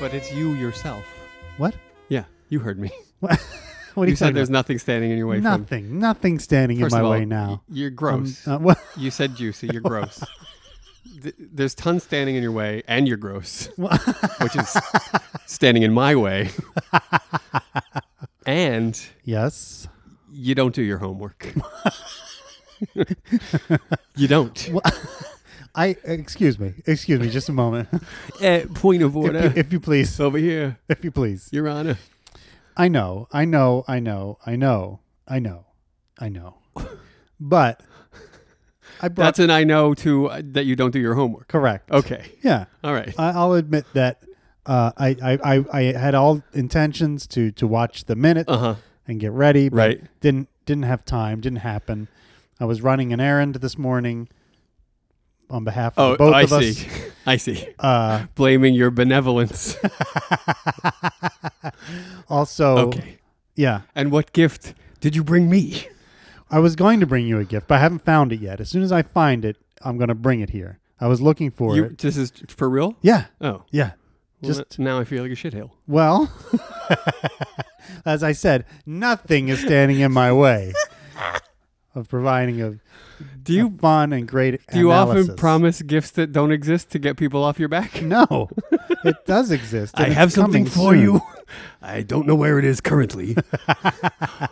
But it's you yourself. What? Yeah, you heard me. What, what are you, you said talking there's about? nothing standing in your way. From, nothing. Nothing standing First in my of all, way now. y- you're Um, gross. uh, what? you said juicy. You're gross. Th- there's tons standing in your way, and you're gross, which is standing in my way. and Yes. you don't do your homework. you don't. I excuse me. Excuse me. Just a moment, Eh, point of order. if, you, if you please. over here, If you please. Your Honor. I know, I know, I know, I know, I know, I know. But I brought That's an I know to uh, that you don't do your homework. correct. Okay. Yeah, All right. I, I'll admit that uh, I, I, I I had all intentions to to watch the minutes Uh huh. and get ready. But Right. Didn't didn't have time. Didn't happen. I was running an errand this morning on behalf of Oh, both I of see. us. I see. Uh, Blaming your benevolence. also, Okay. yeah, And what gift did you bring me? I was going to bring you a gift, but I haven't found it yet. As soon as I find it, I'm going to bring it here. I was looking for You, it. this is for real? Yeah, Oh. yeah. Well, Just now I feel like a shitheel. well, as I said, nothing is standing in my way of providing a, Do you a fun and great. do you often analysis. promise gifts that don't exist to get people off your back? No, it does exist. and it's coming soon. I don't know where it is currently, Ah.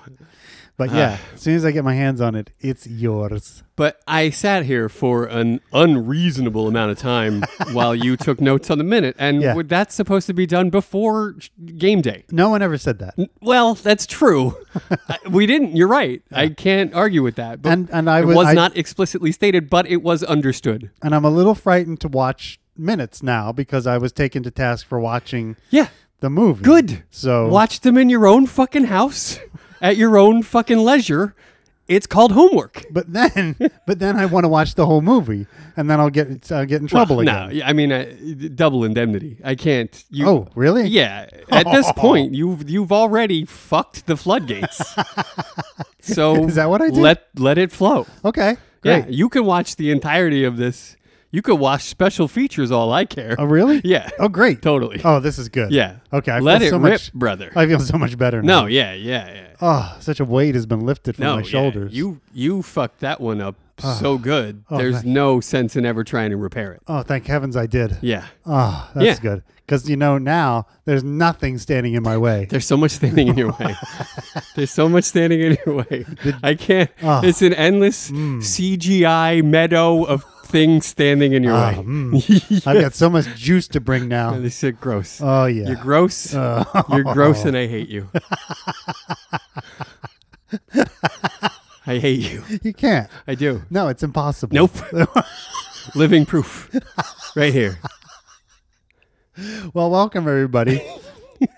But yeah, as soon as I get my hands on it, it's yours. but I sat here for an unreasonable amount of time while you took notes on the minute, and Yeah. would- that's supposed to be done before sh- game day. No one ever said that, Well, that's true. I- we didn't. You're right. I can't argue with that. But and and I it was, was I- not explicitly stated, but it was understood. and I'm a little frightened to watch minutes now because I was taken to task for watching Yeah. the movie. Good. So Watch them in your own fucking house at your own fucking leisure. It's called homework. But then, but then I want to watch the whole movie, and then I'll get I'll get in trouble No, again. yeah, I mean uh, double indemnity. I can't. You, Oh, really? yeah. At this point, you've you've already fucked the floodgates. so Is that what I did? Let let it flow. Okay. Great. Yeah, you can watch the entirety of this. You could watch special features. All I care. Oh, really? Yeah. Oh, great. Totally. Oh, this is good. Yeah. Okay. I Let feel it so rip, much, brother. I feel so much better now. no. Yeah. Yeah. Yeah. Oh, such a weight has been lifted from No. my yeah, shoulders. Ah. Oh, You you fucked that one up so good. There's thank- no sense in ever trying to repair it. Oh, thank heavens I did. Yeah. Oh, that's Yeah. good. Because you know now there's nothing standing in my way. There's so much standing in your way. There's so much standing in your way. I can't. Ah. it's an endless Mm. CGI meadow of things standing in your Ah, way. mm. I've got so much juice to bring now. this is gross. Oh yeah. You're gross. Oh. You're gross, and I hate you. I hate you. you can't. I do. No, it's impossible. Nope. Living proof, right here. Well, welcome everybody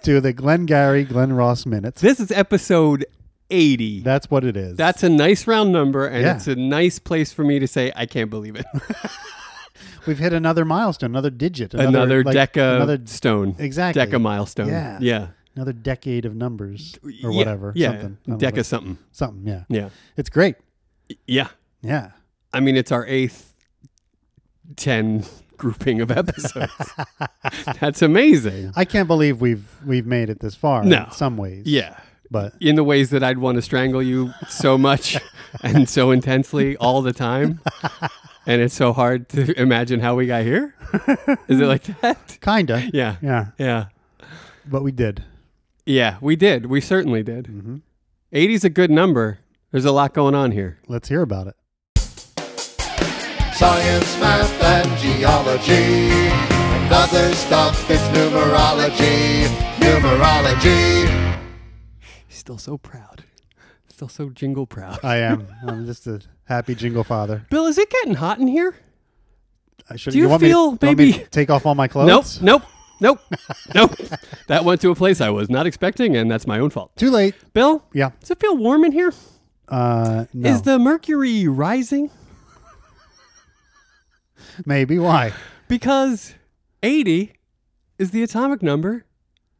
to the Glengarry Glen Ross minutes. This is episode eighty. That's what it is. That's a nice round number, and Yeah. it's a nice place for me to say I can't believe it. We've hit another milestone, another digit, another, like, deca another stone. Exactly. Deca milestone. Yeah. Yeah. another decade of numbers or Yeah, whatever. Yeah. something. I don't know, Deca like something. something. Yeah, Yeah. it's great. Yeah. Yeah, I mean, it's our eighth 10 grouping of episodes. That's amazing. I can't believe we've we've made it this far. No. in some ways. Yeah. but In the ways that I'd want to strangle you so much and so intensely all the time. And it's so hard to imagine how we got here. Is it like that? kinda. Yeah. Yeah, Yeah. but we did. Yeah. We did. We certainly did. 80's a good number. There's a lot going on here. Let's hear about it. science, math, and geology, and other stuff that's numerology, numerology. Still so proud. Still so jingle proud. I am. I'm just a happy jingle father. Bill, is it getting hot in here? I should. Do you want feel me to, you want me maybe- to take off all my Nope. clothes? Nope. Nope. nope. That went to a place I was not expecting, and that's my own fault. Too late. Bill, Yeah. does it feel warm in here? Is Uh, no. the mercury rising? maybe why? Because 80 is the atomic number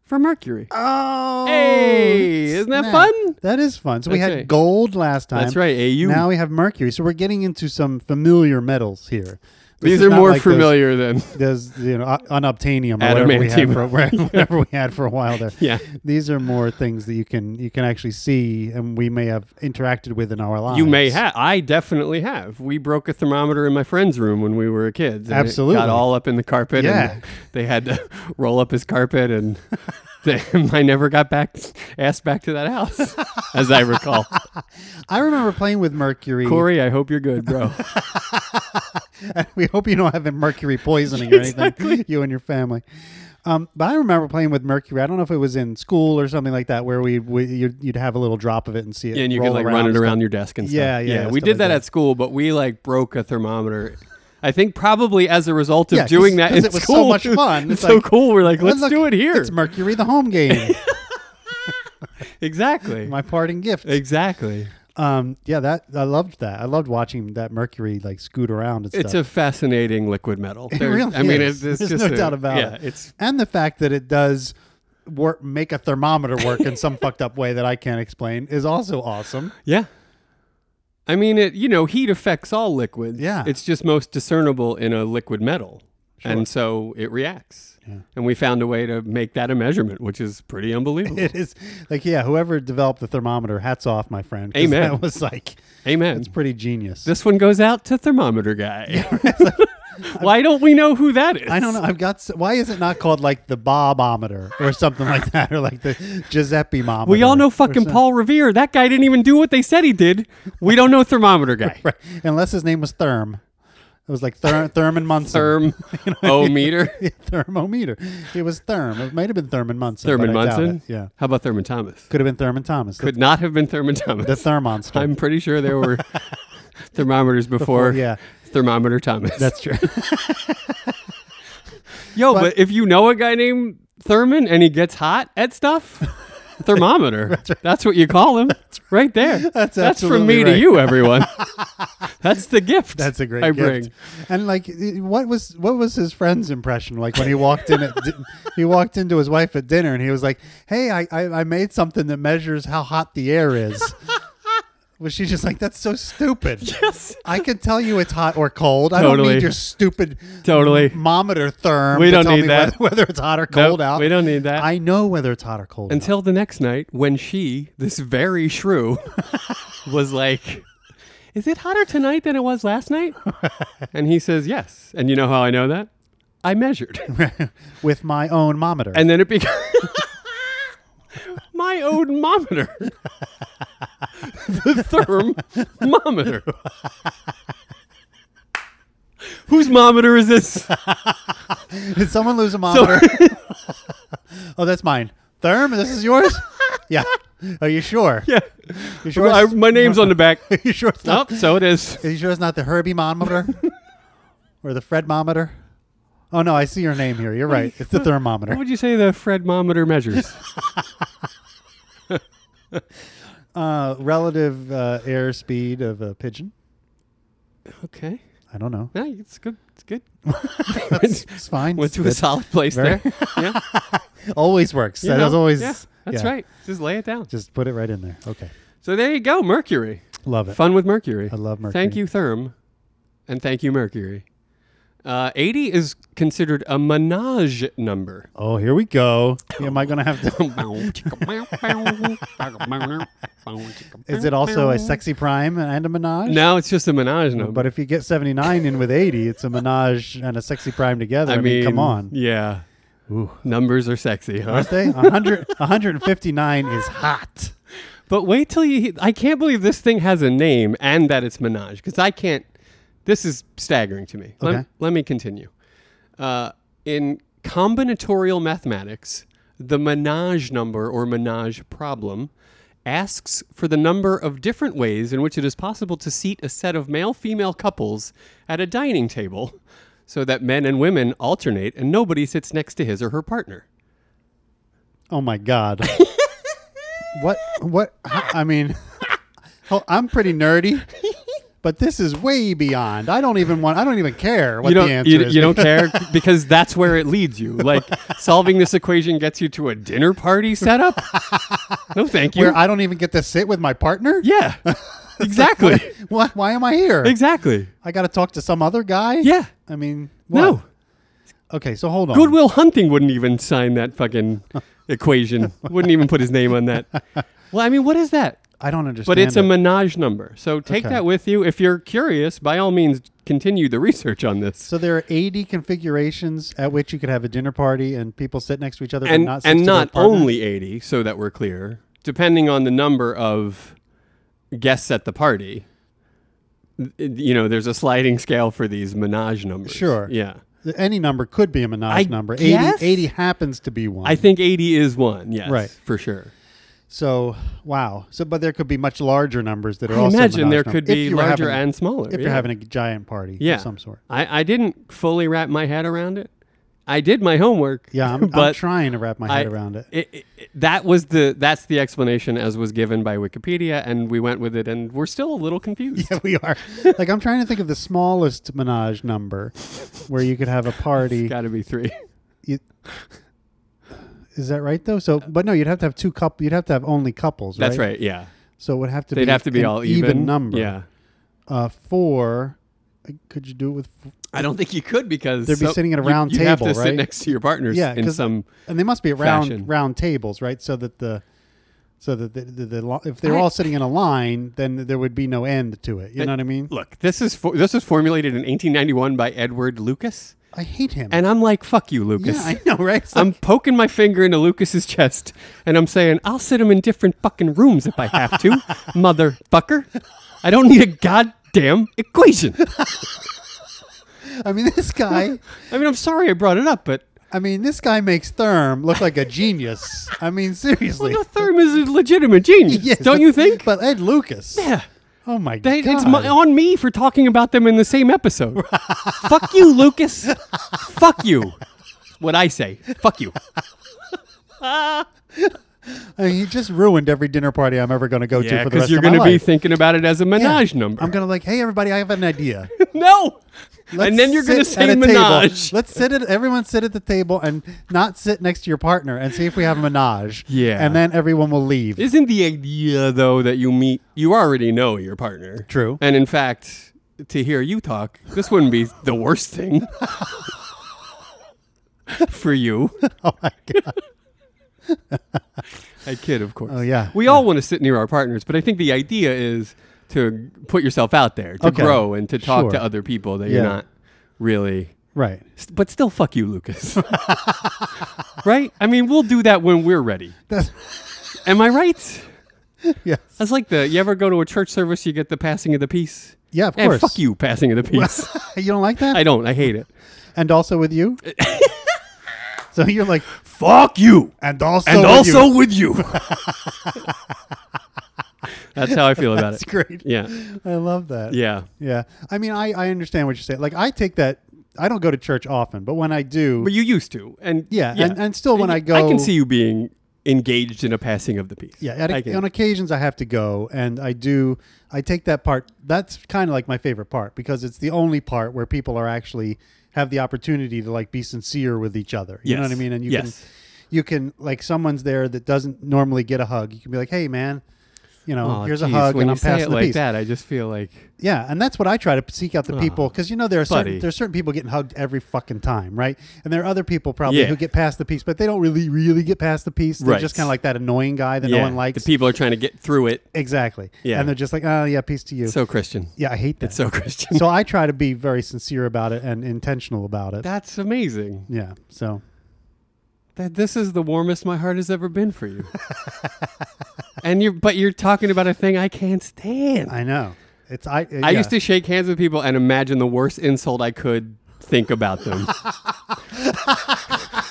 for mercury. Oh, Hey, isn't that snap. fun? That is fun. So we That's had right. gold last time. That's right, AU. Now we have mercury. So we're getting into some familiar metals here. This These is are not more like those- familiar than There's you know o- unobtainium or whatever we, had Adamantium. for, whatever we had for a while there. yeah. These are more things that you can you can actually see, and we may have interacted with in our lives. You may have. I definitely have. We broke a thermometer in my friend's room when we were kids. and it Absolutely. got all up in the carpet. Yeah. And they had to roll up his carpet, and they- I never got back asked back to that house, as I recall. I remember playing with mercury. Corey, I hope you're good, bro. we hope you don't have mercury poisoning or anything, you and your family. Um, but I remember playing with mercury. I don't know if it was in school or something like that, where we, we you'd, you'd have a little drop of it and see it. Yeah, and you roll could like around run and it stuff. around your desk and stuff. Yeah, yeah, we stuff did like that, that. at school, but we like broke a thermometer. I think probably as a result of Yeah, 'cause- doing that 'cause in it was so school, much fun. It's It's so like, cool. We're like, Oh, let's look, do it here. It's mercury, the home game. exactly. my parting gift. Exactly. Um, yeah, that I loved that. I loved watching that mercury like scoot around and It's stuff. a fascinating liquid metal. It There's- really I mean, is. It's, it's There's just no a- doubt about yeah, it. It's and the fact that it does work, make a thermometer work in some fucked up way that I can't explain is also awesome. yeah. I mean, it you know heat affects all liquids. Yeah. it's just most discernible in a liquid metal, and so it reacts. And we found a way to make that a measurement, which is pretty unbelievable. It is like, yeah, whoever developed the thermometer, hats off, my friend. 'cause Amen. That was like Amen. pretty genius. This one goes out to thermometer guy. Why don't we know who that is? I don't know. I've got. s- Why is it not called like the Bobometer or something like that, or like the Giuseppe Mometer? We all know or fucking some- Paul Revere. That guy didn't even do what they said he did. We don't know thermometer guy. Right. Unless his name was Therm. It was like Therm, Thurman Munson. Therm o oh, meter. Yeah, thermometer. It was Therm. It might have been Thurman Munson. but Thurman I doubt Munson. it. Yeah. How about Thurman Thomas? Could have been Thurman Thomas. Could not have been Thurman Thomas. the, the Thermonster. I'm pretty sure there were thermometers Before- before, yeah. thermometer Thomas. That's true. Yo, but, if you know a guy named Thurman and he gets hot at stuff, thermometer. that's, what you call him. right there. That's, from me absolutely to right. you, everyone. that's the gift. That's a great I gift. bring. And like, i- what was what was his friend's impression like when he walked in? At di- he walked into his wife at dinner, and he was like, "Hey, I, I I made something that measures how hot the air is." Was she just like, "That's so stupid"? Yes. I can tell you it's hot or cold. I don't Totally. need your stupid Totally. thermometer therm. We to don't tell need me that. Whether, whether it's hot or Nope, cold out. We don't need that. I know whether it's hot or cold. out. Until the next night when she, this very shrew, was like, Is it hotter tonight than it was last night? and he says, Yes. And you know how I know that? I measured. with my own mometer. and then it became my own mometer. the thermometer. Whose mometer is this? Did someone lose a mometer? oh, that's mine. Therm, this is yours? yeah. Are you sure? Yeah. You sure? I, it's- my name's on the back. you sure it's Oh, not? so it is. Are you sure it's not the Herbie mometer? or the Fred mometer? Oh no, I see your name here. You're right. It's the What thermometer. would you say the Fredmometer measures? Uh, relative uh, air speed of a pigeon. okay. I don't know. Yeah, it's good. It's good. It's, it's fine. Went to a It's- solid place Very- there. Yeah, always works. you That know? is always. Yeah, that's yeah. right. Just lay it down. Just put it right in there. Okay. So there you go, Mercury. Love it. Fun with Mercury. I love Mercury. Thank you, Therm, and thank you, Mercury. Uh, Eighty is considered a menage number. Oh, here we go. Am I going to have to? Is Is it also a sexy prime and a menage? now it's just a menage number. But if you get 79 in with 80, it's a menage and a sexy prime together. I, mean, come on. Yeah. Numbers are sexy, huh? Aren't they? 100, 159 is hot. But wait till you. I can't believe this thing has a name and that it's Minaj because I can't. This is staggering to me. Let, Okay. let me continue. Uh, in combinatorial mathematics, the Minaj number or Minaj problem asks for the number of different ways in which it is possible to seat a set of male female couples at a dining table so that men and women alternate and nobody sits next to his or her partner. Oh my God. what? What? I mean, oh, I'm pretty nerdy. But this is way beyond. I don't even want. I don't even care what you don't, the answer you, is. you don't care because that's where it leads you. Like solving this equation gets you to a dinner party setup. No, thank you. Where I don't even get to sit with my partner. yeah, Exactly. why, why am I here? exactly. I got to talk to some other guy? Yeah. I mean, No. what? Oh. Okay, so hold on. Goodwill Hunting wouldn't even sign that fucking equation. Wouldn't even put his name on that. Well, I mean, what is that? I don't understand. But it's a it. menage number. So take Okay. that with you. If you're curious, by all means, continue the research on this. so there are 80 configurations at which you could have a dinner party and people sit next to each other And but not sit and to their not partner? only 80, so that we're clear, depending on the number of guests at the party, th- you know, there's a sliding scale for these menage numbers. Sure. Yeah. any number could be a I menage number. 80, guess? 80 happens to be one. I think 80 is one. Yes. Right. For sure. so wow. So but there could be much larger numbers that are I also menage imagine there numbers. could If be you were larger having- and smaller. if you're having a giant party yeah. of some sort. I, I didn't fully wrap my head around it. I did my homework. Yeah, I'm, I'm but trying to wrap my head I- around it. It, it- it- That was the that's the explanation as was given by Wikipedia, and we went with it, and we're still a little confused. Yeah, we are. like I'm trying to think of the smallest menage number where you could have a party. Got to be three. You- is that right though? So, but no, you'd have to have two couple. You'd have to have only couples. That's right. right. Yeah, So it would have to. they'd be have to be an all even, number. Yeah, Uh, four. uh, Could you do it with? f- I don't think you could because They'd be sitting at a round you, you have to table, sit right? next to your partners. Yeah, in 'cause- some And they must be at round Fashion. round tables, right? So that the. So that the, the, the, lo- if they're I- all sitting in a line, then there would be no end to it. You know what I mean? look. This is for, this was formulated in 1891 by Edward Lucas, I hate him. and I'm like, fuck you, Lucas. yeah, I know, right? It's I'm like- poking my finger into Lucas's chest and I'm saying, I'll sit him in different fucking rooms if I have to, motherfucker. I don't need a goddamn equation. I mean, this guy. I mean, I'm sorry I brought it up, but I mean, this guy makes Therm look like a genius. I mean, seriously. Leo Thurm is a legitimate genius, Yes, don't but- you think? But Ed Lucas. yeah. Oh my They- god. it's my, on me for talking about them in the same episode. Fuck you, Lucas. Fuck you. What I say. Fuck you. I mean, he just ruined every dinner party I'm ever going to go to Yeah, for the because rest you're of my going to be life. thinking about it as a Yeah. menage number. I'm going to like, hey everybody, I have an idea. no. Let's and then you're going to sit at say a menage. Table. Let's sit at everyone sit at the table and not sit next to your partner and see if we have a menage. Yeah. and then everyone will leave. Isn't the idea though that you meet you already know your partner? True. And in fact, to hear you talk, this wouldn't be the worst thing for you. oh my god. I kid, of course. Oh, yeah. We all want to sit near our partners, but I think the idea is to put yourself out there, to Okay. grow and to talk Sure. to other people that Yeah. you're not really Right. st- but still fuck you, Lucas. right? I mean, we'll do that when we're ready. That's, Am I right? yes. That's like the you ever go to a church service, you get the passing of the peace. Yeah, of And course. fuck you, passing of the peace. You don't like that? I don't. I hate it. and also with you? so you're like, Fuck you. and also And with you. also with you. That's how I feel about That's it. great. Yeah. I love that. Yeah. Yeah. I mean, I, I understand what you're saying. Like, I take that. I don't go to church often, but when I do, But you used to. And yeah, And, and still when I go, I can see you being engaged in a passing of the peace. Yeah, at I a, can- on occasions I have to go, and I do. I take that part. That's kind of like my favorite part because it's the only part where people are actually have the opportunity to like be sincere with each other. You know Yes. what I mean? And you Yes. can, you can like someone's there that doesn't normally get a hug. You can be like, hey man, you know, Aw, "Oh, here's a Oh, geez, hug, when and you I'm say passing it the like peace. that, I just feel like Yeah, and that's what I try to seek out the people because you know there are certain, buddy. there's certain people getting hugged every fucking time, right? And there are other people probably Yeah. who get past the piece, but they don't really really get past the piece. They're Right. just kind of like that annoying guy that yeah, no one likes. the people are trying to get through it. exactly. Yeah. and they're just like, oh yeah, peace to you. So Christian. yeah, I hate that. So Christian. so I try to be very sincere about it and intentional about it. That's amazing. yeah. So that this is the warmest my heart has ever been for you. and you're but you're talking about a thing I can't stand. I, I know it's I. used to shake hands with people and imagine the worst insult I could think about them.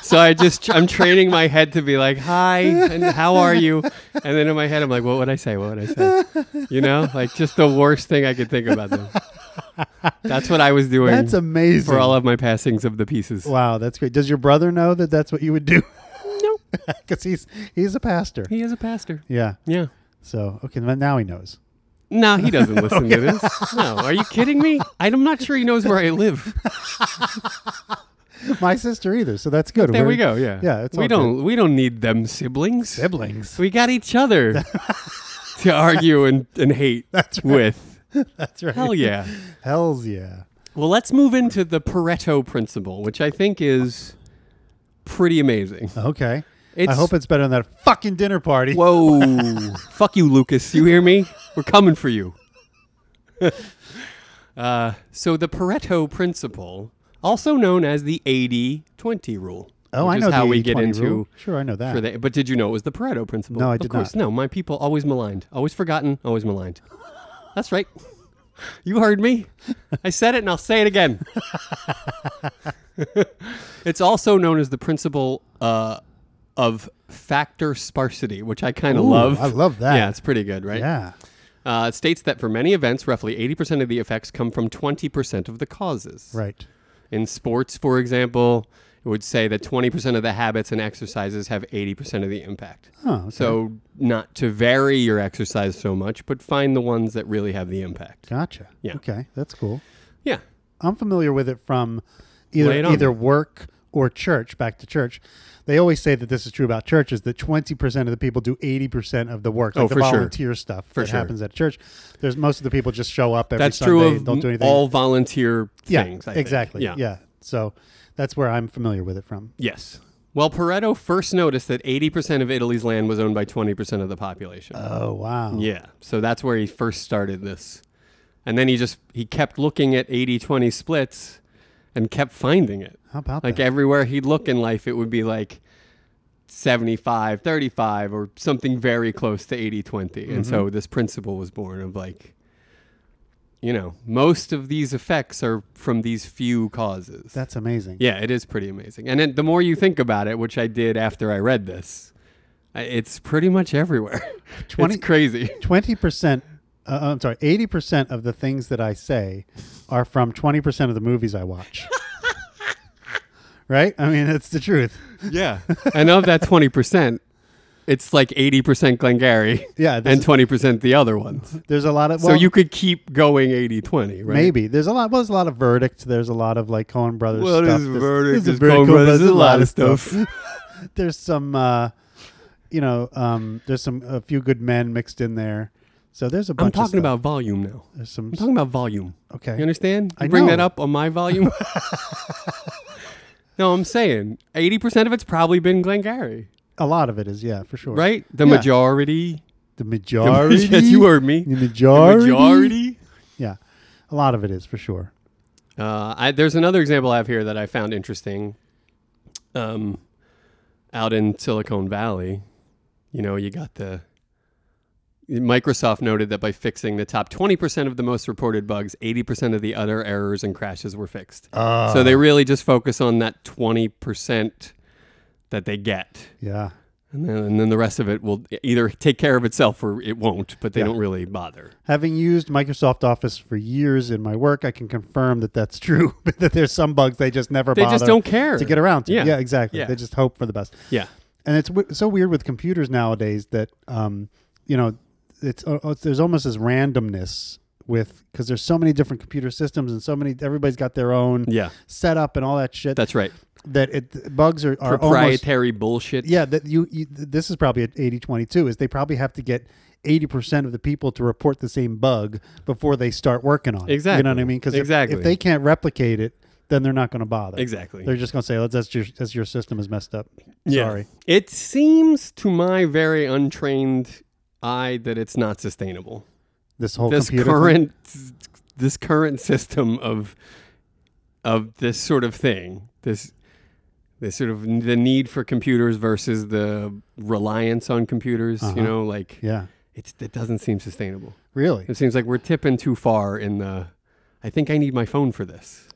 so I just I'm training my head to be like, "Hi, and how are you?" And then in my head I'm like, "What would I say? What would I say?" You know, like just the worst thing I could think about them. That's what I was doing That's amazing. for all of my passings of the pieces. wow, that's great. Does your brother know that that's what you would do? No, Because he's he's a pastor. he is a pastor. Yeah. Yeah. So okay, now he knows. No, he doesn't Oh, listen to this. No, are you kidding me? I'm not sure he knows where I live. my sister either. So that's good. There We're- we go. Yeah, Yeah, it's we all don't we don't need them siblings. Siblings. We got each other to argue and, and hate That's right. with. That's right. Hell yeah. Hell's yeah. Well, let's move into the Pareto principle, which I think is pretty amazing. Okay. I It's- hope it's better than that fucking dinner party. Whoa. Fuck you, Lucas. You hear me? We're coming for you. uh, so, the Pareto principle, also known as the 80 20 rule. oh, which I is know how the we get 80/20 into. rule. Sure, I know that. For the, but did you know it was the Pareto principle? Ah. No, I Of did course, not. no. My people always maligned, always forgotten, always maligned. That's right. You heard me. I said it, and I'll say it again. it's also known as the principle uh, of factor sparsity, which I kind of Ooh, love. I love that. Yeah, it's pretty good, right? yeah. Uh, it states that for many events, roughly 80% of the effects come from 20% of the causes. Right. In sports, for example, it would say that 20% of the habits and exercises have 80% of the impact. Oh, okay. So, not to vary your exercise so much, but find the ones that really have the impact. Gotcha. Yeah. Okay, that's cool. Yeah. I'm familiar with it from either Lay it on either me. work or church. Back to church, they always say that this is true about churches that 20 percent of the people do 80 percent of the work, like Oh, the for sure. volunteer stuff that sure. happens at church. There's most of the people just show up every That's Sunday, true of don't do m- anything. all volunteer yeah, things. I think. exactly. Yeah. Yeah. so that's where I'm familiar with it from. Yes. Well, Pareto first noticed that 80% of Italy's land was owned by 20% of the population. Oh wow. Yeah. So that's where he first started this. And then he just he kept looking at 80-20 splits and kept finding it. How about Like that? everywhere he'd look in life it would be like 75 35 or something very close to 80 20. And so Mm-hmm. this principle was born of like you know, most of these effects are from these few causes. That's amazing. Yeah, it is pretty amazing. And it, the more you think about it, which I did after I read this, I- it's pretty much everywhere. 20 it's crazy. 20%. Uh, I'm sorry. 80% of the things that I say are from 20% of the movies I watch. right? I mean, it's the truth. Yeah. and of that 20%, it's like 80% Glengarry Yeah, this- and 20% the other ones. There's a lot of so well, you could keep going 80 20, right? maybe there's a lot. Well, there's a lot of verdicts. There's a lot of like Cohen Brothers Well, stuff. this There's- verdict there's is Coen Brothers. There's a lot of there's some, uh, you know, um, there's some a few good men mixed in there. So there's a bunch. I'm of talking stuff. about volume now. There's some. I'm talking about volume. Okay. You understand? I You bring that know. up on my volume. no, I'm saying 80% of it's probably been Glengarry, A lot of it is yeah, for sure. right? The Yeah. majority. The majority. yes, you heard me. The The majority. majority. Yeah, a lot of it is for sure. Uh, I, there's another example I have here that I found interesting. Um, out in Silicon Valley, you know, you got the Microsoft noted that by fixing the top 20% of the most reported bugs, 80% of the other errors and crashes were fixed. Ah. so they really just focus on that 20% that they get. Yeah. And then, and then the rest of it will either take care of itself or it won't, but they Yeah. don't really bother. Having used Microsoft Office for years in my work, I can confirm that that's true. that there's some bugs they just never They bother just don't care. to get around to. Yeah. Yeah, exactly. Yeah. They just hope for the best. Yeah. And it's w- so weird with computers nowadays that um, you know, it's uh, uh, there's almost this randomness with because there's so many different computer systems and so many everybody's got their own Yeah. setup and all that shit. That's right. that it bugs are, are almost Proprietary bullshit. yeah that you, you this is probably at 80 22 is they probably have to get 80% of the people to report the same bug before they start working on it you know what Exactly. i mean because Exactly. if, they can't replicate it then they're not going to bother Exactly. they're just going to say oh, that's your that's your system is messed up Yeah. sorry It seems to my very untrained eye that it's not sustainable. this whole This computer thing? current this current system of of this sort of thing. This this sort of the need for computers versus the reliance on computers, you know, like Uh-huh. yeah it's it doesn't seem sustainable. really It seems like we're tipping too far in the I think I need my phone for this.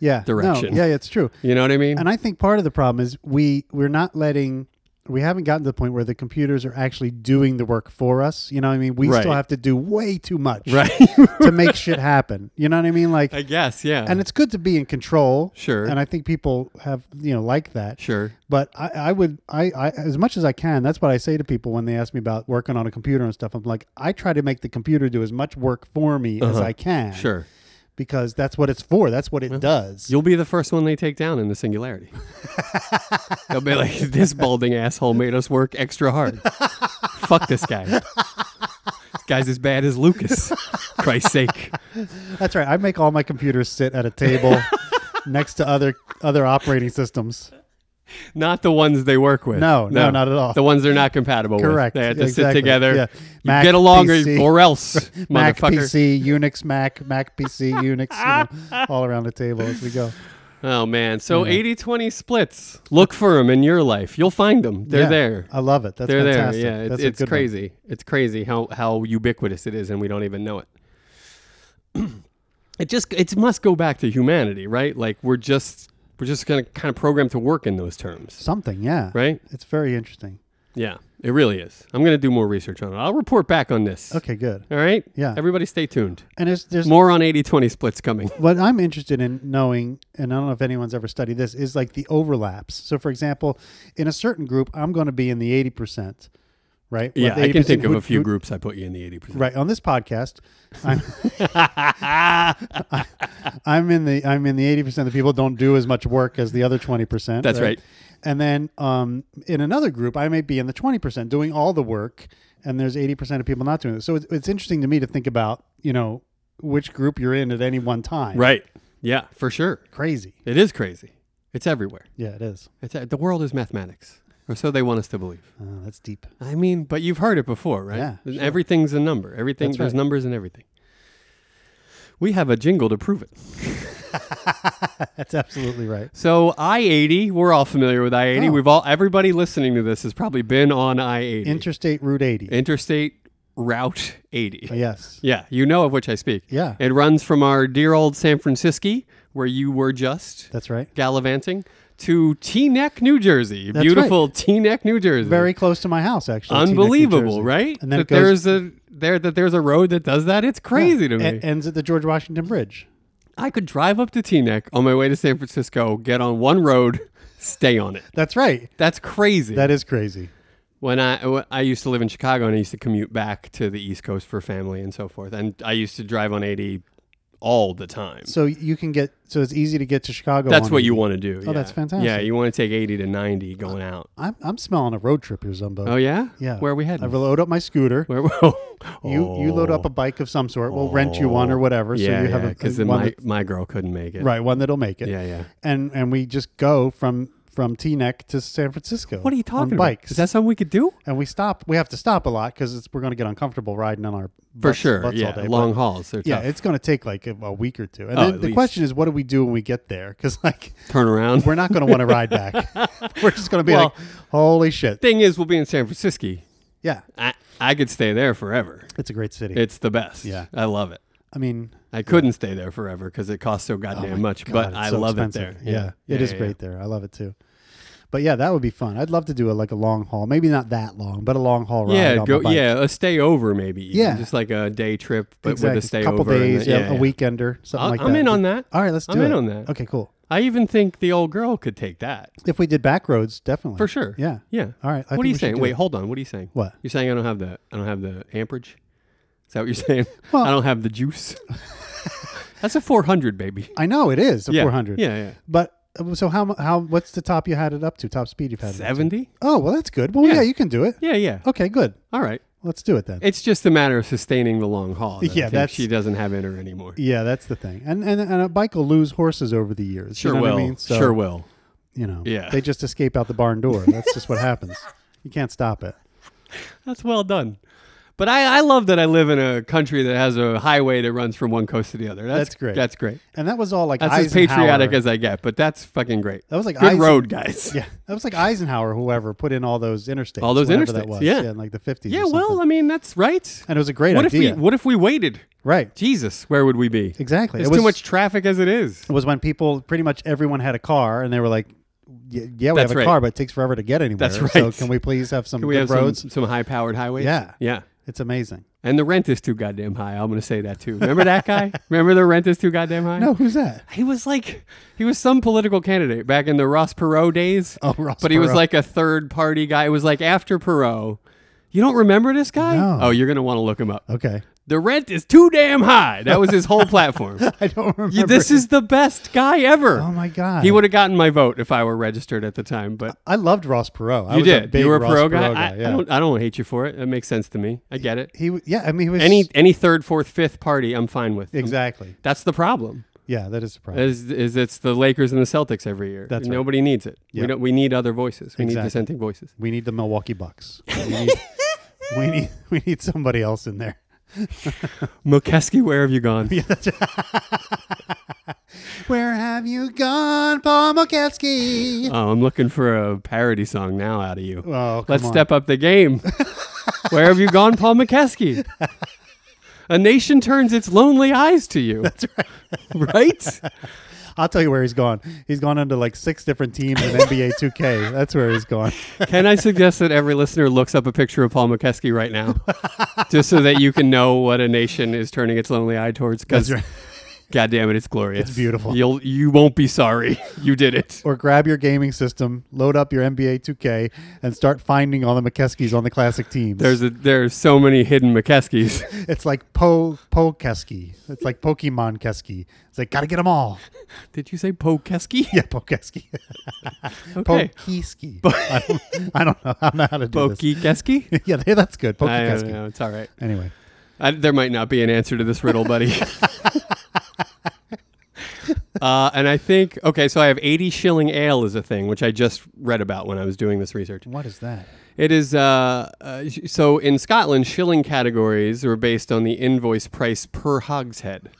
yeah Direction. no, yeah it's true You know what I mean? and i think part of the problem is we we're not letting we haven't gotten to the point where the computers are actually doing the work for us you know what i mean we Right. still have to do way too much right. to make shit happen you know what i mean like I guess, yeah. and it's good to be in control Sure. and i think people have you know like that sure. but I, I would I, I as much as i can that's what i say to people when they ask me about working on a computer and stuff i'm like i try to make the computer do as much work for me as i can Uh-huh. Sure. Uh-huh. because that's what it's for that's what it does You'll be the first one they take down in the singularity. They'll be like, this balding asshole made us work extra hard. Fuck this guy. guy's as bad as Lucas. Christ's sake. That's right. I make all my computers sit at a table next to other other operating systems. Not the ones they work with. No, no, not at all. The ones they're not compatible with. Correct. They have to sit Exactly. together. Yeah. You Mac, get along PC. or, or else, Mac motherfucker. PC, Unix Mac, Mac PC, Unix, you know, all around the table as we go. Oh, man. So 80 20 splits. Look for them in your life. You'll find them. They're Yeah, there. I love it. That's They're fantastic. there. Yeah, it's, That's a it's good one. crazy. It's crazy how how ubiquitous it is, and we don't even know it. it just it must go back to humanity, right? Like we're just we're just gonna kind of programmed to work in those terms, Something, yeah. right? It's very interesting. Yeah, it really is. I'm gonna do more research on it. I'll report back on this. Okay, good. All right. Yeah. Everybody, stay tuned. And there's there's More on 80-20 splits coming. what I'm interested in knowing, and I don't know if anyone's ever studied this, is like the overlaps. So, for example, in a certain group, I'm going to be in the 80%, right? Yeah, With I can 80% think of who- a few who- groups I put you in the 80%. Right on this podcast, I'm, I'm in the I'm in the eighty percent of people don't do as much work as the other twenty percent. That's right. And then um, in another group, I may be in the twenty percent doing all the work, and there's eighty percent of people not doing it. So it's, it's interesting to me to think about you know which group you're in at any one time. Right. Yeah, for sure. Crazy. It is crazy. It's everywhere. Yeah, it is. It's uh, the world is mathematics, or so they want us to believe. Uh, that's deep. I mean, but you've heard it before, right? Yeah, sure. Everything's a number. Everything That's there's right. numbers in everything. We have a jingle to prove it. That's absolutely right. So I eighty, we're all familiar with I eighty. Oh. We've all everybody listening to this has probably been on I eighty, Interstate Route eighty. Interstate Route eighty. yes. Yeah, you know of which I speak. Oh, Yeah. it runs from our dear old San Francisco, where you were just That's right. gallivanting, to Teaneck, New Jersey. That's Beautiful Teaneck, New Jersey. Very close to my house, actually. Teaneck, New unbelievable, Jersey. right? And then that it goes there's a there that there's a road that does that. It's crazy to me. It ends at the George Washington Bridge. I could drive up to Teaneck on my way to San Francisco, get on one road, stay on it. That's right. That's crazy. That is crazy. when I when I used to live in Chicago and I used to commute back to the East Coast for family and so forth, and I used to drive on 80 all the time. So you can get so it's easy to get to Chicago. that's on what it. you want to do. Oh, that's yeah. Yeah, fantastic. you want to take 80 to 90 going out. I'm, I'm smelling a road trip here, Zumbo. Oh yeah, yeah. Where are we I heading? load up my scooter. Where you You you load up a bike of some sort. We'll rent you one or whatever. Oh. yeah, so you have yeah, a- because a, then one my, that- my girl couldn't make it. right one that'll make it. Yeah, yeah. And and we just go from from Teaneck to San Francisco. What are you on talking about? Bikes. Is that something we could do? and we stop. We have to stop a lot because we're going to get uncomfortable riding on our For butts- sure. butts yeah. all day. but- Long hauls. They're Yeah, tough. it's going to take like a, a week or two. And Oh, then at the least. question is, what do we do when we get there? Because like Turn around. we're not going to want to ride back. we're just going to be Well- like, holy shit. Thing is, we'll be in San Francisco. Yeah, I, I could stay there forever. it's a great city. It's the best. Yeah. I love it. I mean, I couldn't stay there forever because it costs so goddamn much, Oh God, but it's I so love expensive. it there. Yeah, it is yeah, great there. I love it too. But yeah, that would be fun. I'd love to do a, like a long haul, maybe not that long, but a long haul ride. Yeah, on go. my bike. Yeah, a stay over maybe. even. Yeah. just like a day trip, but exactly. with a stay couple over. and days, then- yeah, a weekender, something I'll- like that. I'm in on that. All right, let's do I'm it. in on that. Okay, cool. I even think the old girl could take that If we did back roads, definitely for sure. Yeah, yeah. All right, I what think are we you should saying? do Wait, it. hold on. What are you saying? What? you're saying? I don't have the I don't have the amperage. Is that what you're saying? Well- I don't have the juice. That's a 400, baby. I know it is a Yeah. 400. Yeah, yeah. But uh, so how mu- how what's the top you had it up to? Top speed you've had it up to? 70? Oh well, that's good. Well, yeah, Yeah. you can do it. Yeah, yeah. Okay, good. All right. Let's do it then. It's just a matter of sustaining the long haul. that I Yeah, think that's- she doesn't have in her anymore. yeah, that's the thing. And and and a bike will lose horses over the years. Sure you know will. What I mean? So, sure will. You know. Yeah. They just escape out the barn door. That's just what happens. You can't stop it. That's well done. But I, I love that I live in a country that has a highway that runs from one coast to the other. That's, That's great. That's great. And that was all like That's as Eisenhower. patriotic as I get, but that's fucking great. that was like Good Eisen- road, guys. Yeah, that was like Eisenhower. Whoever put in all those interstates. All those whatever that interstates, was, yeah. in like the fifties. Yeah, well, I mean, that's right. and it was a great What if idea. we what if we waited? right. Jesus, where would we be? Exactly. There's it was too much traffic as it is. was when people pretty much everyone had a car and they were like "Y- yeah we That's have a right. car but it takes forever to get anywhere That's so right. can we please have some good Can we have roads some, some high powered highways? Yeah. Yeah. it's amazing And the rent is too goddamn high. I'm going to say that too. Remember that guy? Remember the rent is too goddamn high? no Oh, who's that He was like, he was some political candidate back in the Ross Perot days. Oh, Ross But he was Perot. like a third party guy. It was like after Perot. You don't remember this guy? No. Oh, you're going to want to look him up. okay The rent is too damn high. That was his whole platform. I don't remember. You- this is the best guy ever. Oh my God. He would have gotten my vote if I were registered at the time, but I loved Ross Perot. I you was A did. big You were a Ross pro guy. I, yeah. I don't. I don't hate you for it. It makes sense to me. I get it. he, w- yeah, I mean, he was Any any third, fourth, fifth party, I'm fine with. I'm- exactly. That's the problem. Yeah, that is a problem. Is, is it's the Lakers and the Celtics every year. That's right. Nobody needs it. Yeah. We don't. We need other voices. We need Exactly. dissenting voices. We need the Milwaukee Bucks. We need, we need we need somebody else in there. McKeskey, where have you gone? Where have you gone, Paul Mokeski? Oh, I'm looking for a parody song now out of you. Oh, come Let's on. step up the game. Where have you gone, Paul McKeskey? A nation turns its lonely eyes to you. That's right. right? I'll tell you where he's gone. He's gone into like six different teams in NBA 2K. That's where he's gone. Can I suggest that every listener looks up a picture of Paul McKeskey right now? just so that you can know what a nation is turning its lonely eye towards. Because, That's God damn it, it's glorious. It's beautiful. You'll, you won't be sorry. You did it. Or grab your gaming system, load up your NBA 2K, and start finding all the McKeskies on the classic teams. There's, a, there's so many hidden McKeskies. it's like Po Po Keski. It's like Pokemon Keski. It's like gotta get them all. Did you say Poe Kesky? Yeah, Po Keski. Okay. Pokeski. I, don't, I don't know. I don't know how to do Poe this. Kesky? yeah, they- that's good. I don't Pokekeski. know. It's all right. Anyway, I, there might not be an answer to this riddle, buddy. uh, and I think okay, so I have eighty shilling ale is a thing, which I just read about when I was doing this research. what is that? It is uh, uh, sh- so in Scotland, shilling categories are based on the invoice price per hogshead.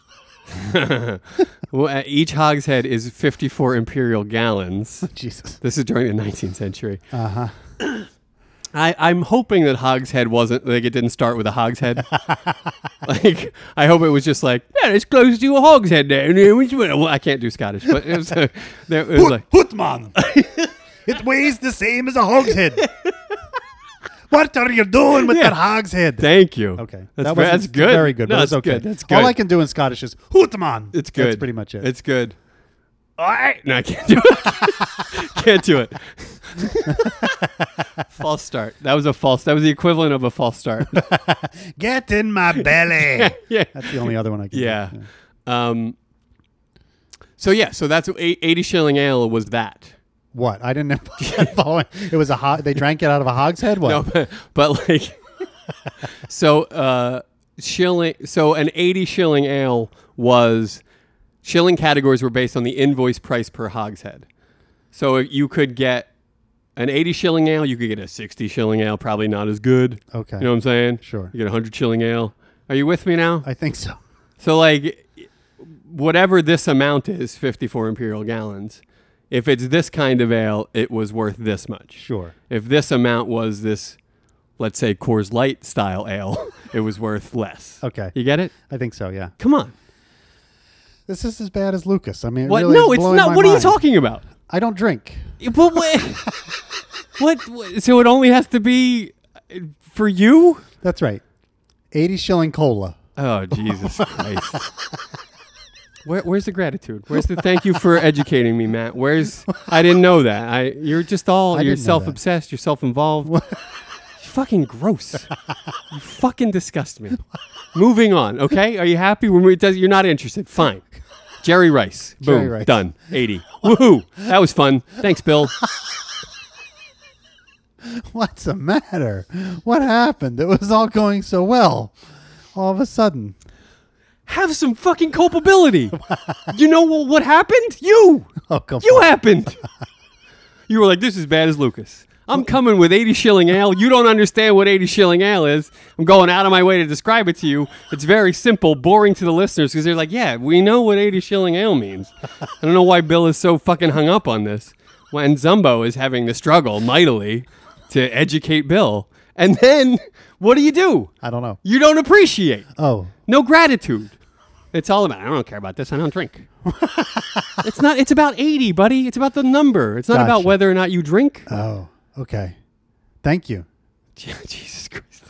well, uh, each hogshead is fifty-four imperial gallons. Jesus. This is during the 19th century. Uh huh. Uh-huh. I, I'm hoping that Hogshead wasn't like it didn't start with a hogshead. like I hope it was just like yeah, it's close to a hogshead there. and it was- Well, I can't do Scottish, but it was, uh, there- it was like Hootman. it weighs the same as a hogshead. what are you doing with Yeah. that hogshead? thank you. okay, that's, ve- wasn't that's good. Very good. No, but that's it's okay. good. That's good. All I can do in Scottish is Hootman. It's good. That's pretty much it. It's good. All right. No, I can't do it. can't do it. false start. That was a false. That was the equivalent of a false start. Get in my belly. yeah. that's the only other one I can. Yeah. Um, so yeah, so that's eight- eighty shilling ale was that. What? I didn't follow. It was a hog. They drank it out of a hogshead. What? No, but, but like, so uh, shilling. So an eighty shilling ale was shilling categories were based on the invoice price per hogshead. So you could get an eighty shilling ale. You could get a sixty shilling ale. Probably not as good. Okay. You know what I'm saying? Sure. You get a hundred shilling ale. Are you with me now? I think so. So like whatever this amount is, 54 imperial gallons, if it's this kind of ale, it was worth this much. Sure. If this amount was this let's say Coors Light style ale, it was worth less. Okay. You get it? I think so. Yeah. Come on. This is as bad as Lucas. I mean, it What? really no, is it's blowing not. my What are you mind. talking about? I don't drink. But what, what, what so it only has to be uh, for you? That's right. Eighty shilling cola. Oh Jesus Christ! Where, where's the gratitude? Where's the thank you for educating me, Matt? Where's I didn't know that. I you're just all I you're didn't know that. self obsessed. You're self involved. fucking gross. you fucking disgust me. Moving on. Okay, are you happy? When we, does, you're not interested. Fine. Jerry Rice. Boom. Jerry Rice. Done. Eighty. Woohoo! That was fun. Thanks, Bill. What's the matter? What happened? It was all going so well. All of a sudden, Have some fucking culpability. you know what, what happened? You. oh come You on! happened. you were like, this is bad as Lucas. I'm coming with 80 shilling ale. You don't understand what 80 shilling ale is. I'm going out of my way to describe it to you. It's very simple, boring to the listeners because they're like, yeah, we know what 80 shilling ale means. I don't know why Bill is so fucking hung up on this when Zumbo is having the struggle mightily to educate Bill. And then what do you do? I don't know. You don't appreciate. Oh, No gratitude. It's all about I don't care about this. I don't drink. it's not. It's about eighty, buddy. It's about the number. It's not about Gotcha. whether or not you drink. oh, okay. Thank you. Jesus Christ.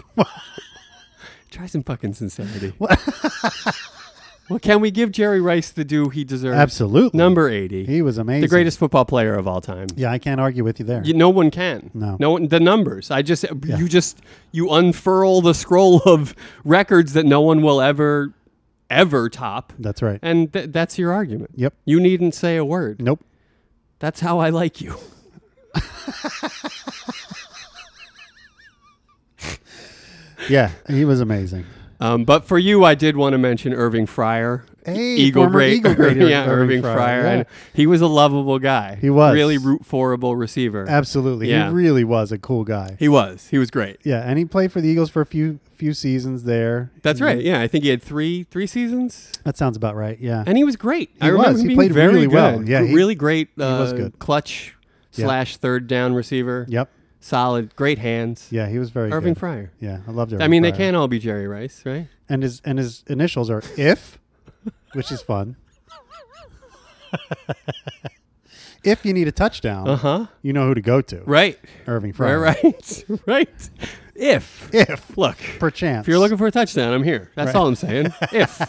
Try some fucking sincerity. Well, can we give Jerry Rice the due he deserves? Absolutely. Number 80. He was amazing. the greatest football player of all time. Yeah, I can't argue with you there. You, no one can. No. No one, the numbers. I just you just you unfurl the scroll of records that no one will ever ever top. That's right. And th- that's your argument. Yep. You needn't say a word. Nope. That's how I like you. Yeah, he was amazing. Um, but for you, I did want to mention Irving Fryer. E-, Hey, Eagle former Bra- Eagle great yeah, Irving, Fryer. yeah. And He was a lovable guy. He was. Really root forable receiver. Absolutely. Yeah. He really was a cool guy. He was. He was great. Yeah, and he played for the Eagles for a few few seasons there. Mm-hmm. That's right. Yeah, I think he had three three seasons, That sounds about right. Yeah. and he was great. I He remember was. He him being played very really good. well. Yeah, he- really great. Uh, was good. Clutch Yeah. slash third down receiver. yep. Solid. Great hands. Yeah, he was very Irving good. Fryer. Yeah, I loved Irving. I mean, they Fryer. can't all be Jerry Rice, right? And his and his initials are if, which is fun. if you need a touchdown, Uh huh. you know who to go to. Right. Irving Right. Fryer. Right. right. If If look, perchance. if you're looking for a touchdown, I'm here. That's all I'm saying. if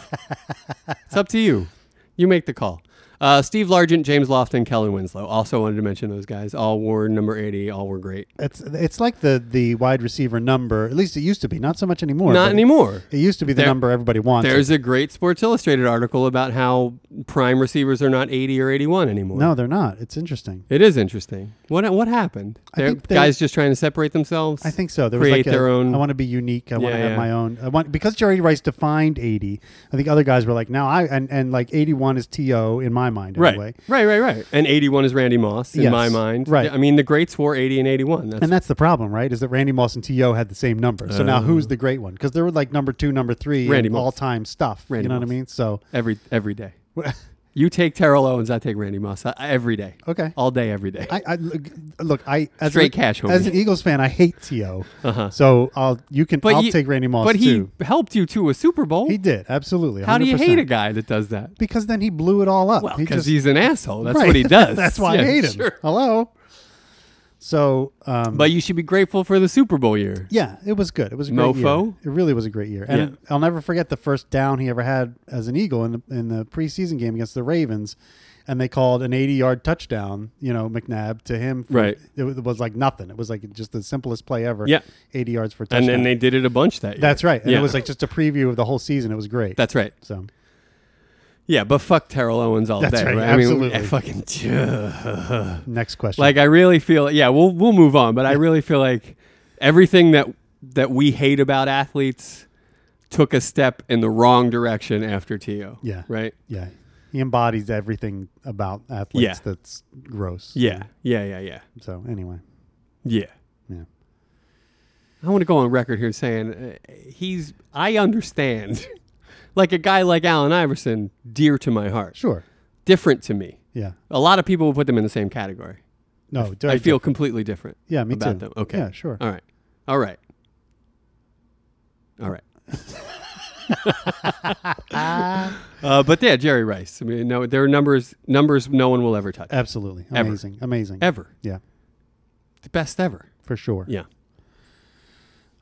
it's up to you, you make the call. Uh, Steve Largent, James Lofton, Kellen Winslow. Also wanted to mention those guys. All wore number 80. All were great. it's it's like the the wide receiver number. At least it used to be. Not so much anymore. Not but anymore. It used to be the There- number everybody wanted. There's a great Sports Illustrated article about how prime receivers are not 80 or 81 anymore. no, they're not. It's interesting. It is interesting. What what happened? I They're- think they- guys just trying to separate themselves. I think so. There create was like their a, own. I want to be unique. I want to Yeah, have yeah. my own. I want because Jerry Rice defined eighty. I think other guys were like, now I and, and like eighty one is to in my mind right, anyway. right, right, right. And 81 is Randy Moss in Yes, my mind. right. Yeah, I mean, the greats wore 80 and 81. That's, And that's the problem, right? Is that Randy Moss and T.O. had the same number. So now who's the great one? Because they were like number two, number three, Oh. Randy Moss. all time stuff. Randy you know what Moss. I mean? So every every day. You take Terrell Owens, I take Randy Moss I, I- every day. Okay. all day, every day. I, I look, look. I as Straight a, cash, homie. as an Eagles fan, I hate To. Uh-huh. So I'll you can I'll you- take Randy Moss But he too. helped you to a Super Bowl. He did absolutely. How do you 100%. hate a guy that does that? Because then he blew it all up. Well, He because just- he's an asshole. That's right. what he does. That's why Yeah, I hate him. sure. Hello. So, um, But you should be grateful for the Super Bowl year. Yeah, it was good. It was a great year. Mofo? It really was a great year, and Yeah. it- I'll never forget the first down he ever had as an Eagle in the in the preseason game against the Ravens, and they called an 80-yard touchdown. You know, McNabb to him. from- Right. It was, it was like nothing. It was like just the simplest play ever. Yeah. 80 yards for a And touchdown. then they did it a bunch that year. That's right. And yeah. it was like just a preview of the whole season. It was great. That's right. so. Yeah, but fuck Terrell Owens all That's day. right, I mean, absolutely. I fucking. Next question. Like I really feel. Yeah, we'll we'll move on. But I really feel like everything that that we hate about athletes took a step in the wrong direction after Tio. Yeah. Right. yeah, he embodies everything about athletes. Yeah. That's gross. Yeah. Yeah. Yeah. Yeah. So anyway, Yeah. yeah. I want to go on record here saying uh, he's. I understand. like a guy like Allen Iverson, dear to my heart, Sure. different to me. Yeah. A lot of people would put them in the same category. No. I very feel completely different. Yeah, me about too. them. Okay. Yeah, sure. All right. All right. All right. uh, but yeah, Jerry Rice. I mean, no, there are numbers numbers no one will ever touch. Absolutely. Ever. Amazing. Amazing. Ever. Yeah, The best ever. for sure. Yeah.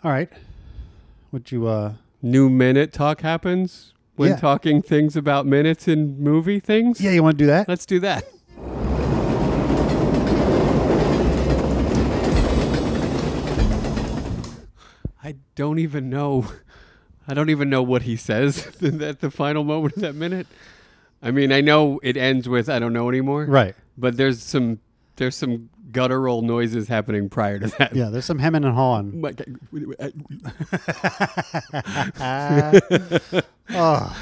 All right. Would you uh New minute talk happens when Yeah. talking things about minutes in movie things. Yeah, you want to do that? Let's do that. I don't even know. I don't even know what he says at the final moment of that minute. I mean, I know it ends with I don't know anymore. Right. But there's some there's some guttural noises happening prior to that. Yeah, there's some hemming and hawing. Like, Oh,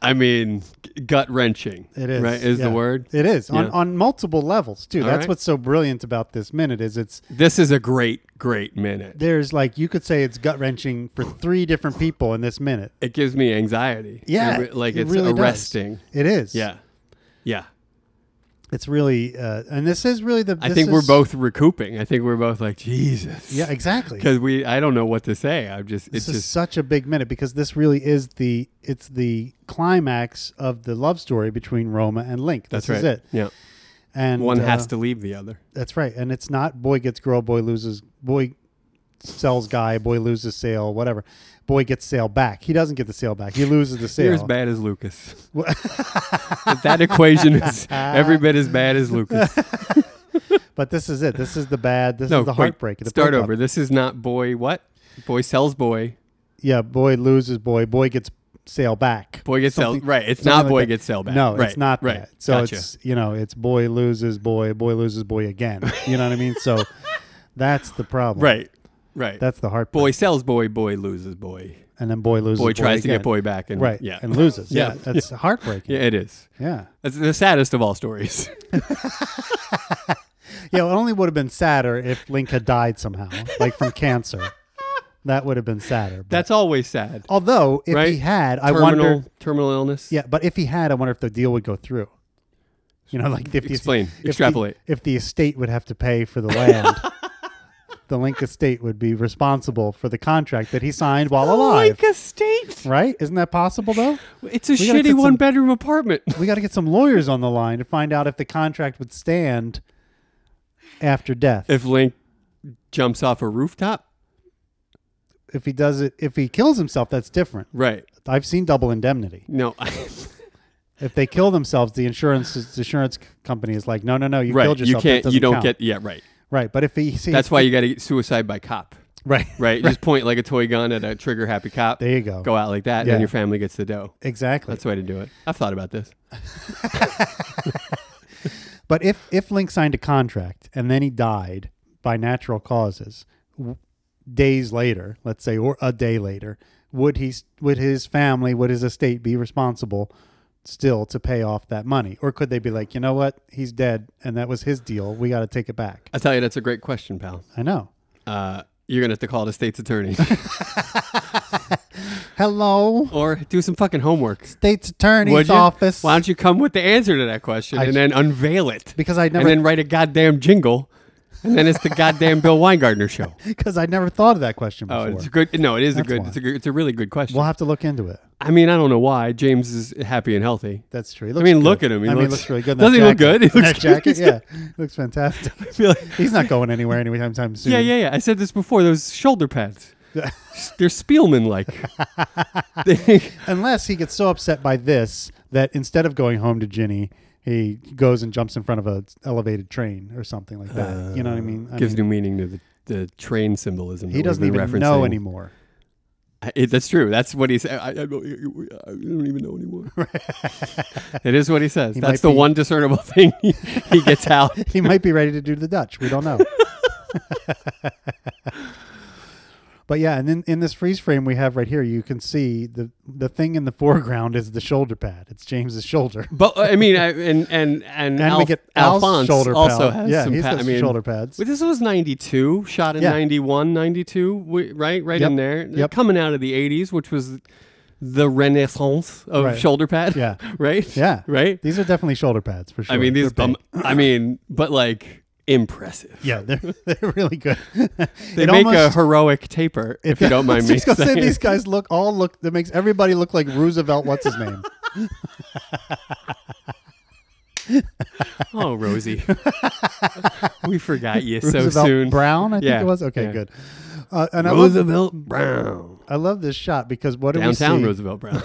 I mean, gut wrenching. it is. Right is Yeah. the word. It is. On Yeah. on multiple levels, too. All That's right. what's so brilliant about this minute is it's This is a great great minute. there's like you could say it's gut-wrenching for three different people in this minute. It gives me anxiety. Yeah. It re- like it it's really does. arresting. It is. Yeah. Yeah. It's really uh and this is really the I this think we're is- both recouping. I think we're both like, Jesus. Yeah, exactly. Because we, I don't know what to say. I'm just, it's this is just, such a big minute because this really is the it's the climax of the love story between Roma and Link. that's this right. is it. Yeah. And One uh, has to leave the other. That's right. And it's not boy gets girl, boy loses boy sells guy, boy loses sale, whatever. Boy gets sale back. He doesn't get the sale back. He loses the You're as sale. bad as Lucas. But that equation is every bit as bad as Lucas. But this is it. This is the bad. This No, is the wait, heartbreak. the start breakup. over. This is not boy what? Boy sells boy. Yeah, boy loses boy. Boy gets sale back. Boy gets sell. Something- Right. It's something not like boy that. gets sell back. No, right. it's not Right. that. So gotcha. it's you know, it's boy loses boy, boy loses boy again. You know what I mean? So that's the problem. right. Right. That's the heartbreak. boy sells boy. Boy loses boy. and then boy loses. Boy tries to again. get boy back and Right. Yeah. And loses. Yeah. Yeah. That's heartbreaking. yeah. Yeah. It is. yeah. That's the saddest of all stories. it only would have been sadder if Link had died somehow, like from cancer. That would have been sadder. But- That's always sad. although if Right? he had, I terminal wonder. terminal illness. Yeah, but if he had, I wonder if the deal would go through. You know, like if the- Explain. if the- Extrapolate. if the estate would have to pay for the land, the Link estate would be responsible for the contract that he signed Oh, while alive. Like a state. Right? Isn't that possible though? It's a We gotta shitty get some- one bedroom apartment. We got to get some lawyers on the line to find out if the contract would stand after death. If Link jumps off a rooftop, if he does it, if he kills himself, that's different. right? I've seen double indemnity. No, If they kill themselves, the insurance the insurance c- company is like, no, no, no, you right? killed You yourself. can't. That You doesn't don't count. get. Yeah, right. right. But if he, see, That's why you got to get suicide by cop. right, Right. Just point like a toy gun at a trigger happy cop. There you go. Go out like that, and Yeah. then your family gets the dough. exactly. That's the way to do it. I've thought about this. but if if Link signed a contract and then he died by natural causes, w- days later, let's say, or a day later, would he s- would his family would his estate be responsible? still to pay off that money or could they be like you know what he's dead and that was his deal we got to take it back I tell you, that's a great question, pal. i know Uh, you're gonna have to call the state's attorney hello or do some fucking homework. state's attorney's Would you? office. Why don't you come with the answer to that question I- and then unveil it? Because I and then never write a goddamn jingle, and then it's the goddamn Bill Weingartner show. because I never thought of that question Oh, before. it's a good. No, it is a That's good. why. It's a good, It's a really good question. we'll have to look into it. I mean, I don't know why James is happy and healthy. That's true. He I looks mean, good. look at him. He I mean, looks- he looks really good. in that doesn't he look jacket. good? He In looks that good. jacket, yeah, He looks fantastic. I feel like- He's not going anywhere anytime soon. yeah, yeah, yeah. I said this before. Those shoulder pads. They're Spielman like. Unless he gets so upset by this that instead of going home to Ginny, he goes and jumps in front of a elevated train or something like that. you know what I mean? I gives mean, new meaning to the, the train symbolism. that he we've doesn't been even know referencing. anymore. I- It, that's true. That's what he said. I, I don't I don't even know anymore. it is what he says. He that's might the be- one discernible thing he, he gets out. he might be ready to do the Dutch. We don't know. but yeah, and in, in this freeze frame we have right here, you can see the the thing in the foreground is the shoulder pad. It's James's shoulder. But I mean, I, and and And and, Alf, we get Al's Alphonse shoulder also pad. has yeah, some. he's pa- got I some mean, shoulder pads. Well, this was 92, shot in Yeah. 91, 92, we- right? Right Yep. in there. Yep. Coming out of the 80s, which was the renaissance of Right. shoulder pad. Yeah. right? Yeah. Right? These are definitely shoulder pads for sure. I mean, these, They're um, big. I mean, but like impressive. yeah, they're, they're really good. They make a heroic taper, if you don't mind me just gonna say saying. these guys look all look that makes everybody look like Roosevelt. What's his name? Oh, Rosie. we forgot you so Roosevelt soon. Brown, I Yeah. think it was. Okay, Yeah. good. Uh, and I love, Roosevelt Brown. I love this shot because what do Downtown we see? Roosevelt Brown.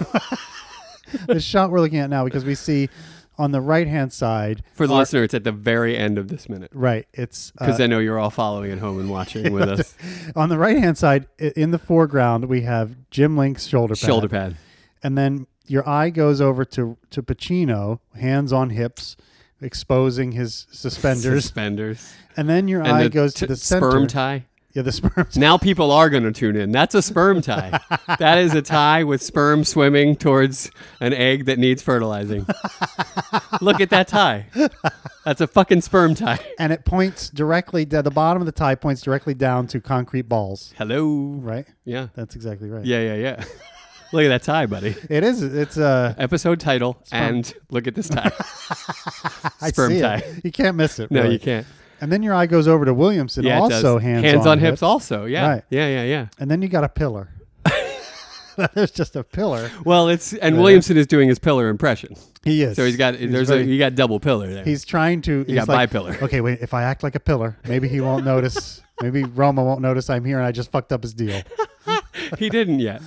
This shot we're looking at now because we see on the right hand side, For the listener, it's at the very end of this minute. right? It's uh, Because I know you're all following at home and watching with us. on the right hand side i- in the foreground. We have Jim Link's shoulder pad, Shoulder pad. and then your eye goes over to to Pacino, hands on hips, exposing his suspenders, Suspenders. and then your eye goes to t- the center. sperm tie. yeah, the sperm. tie. Now people are going to tune in. That's a sperm tie. that is a tie with sperm swimming towards an egg that needs fertilizing. Look at that tie. That's a fucking sperm tie. and it points directly to the bottom of the tie points directly down to concrete balls. Hello. Right? Yeah. That's exactly right. Yeah, yeah, yeah. look at that tie, buddy. It is. It's uh, Episode title and look at this tie. I Sperm see it. tie. You can't miss it. No, really. you can't. And then your eye goes over to Williamson, Yeah, it does. also hands, hands on, hips. hips. also. Yeah. Right. Yeah, yeah, yeah. And then you got a pillar. There's just a pillar. Well, it's and Williamson is doing his pillar impression, He is. so he's got there's very- a you got double pillar there. He's trying to. he's got like, bipolar. Okay, wait. If I act like a pillar, maybe he won't notice. Maybe Roma won't notice I'm here and I just fucked up his deal. he didn't yet.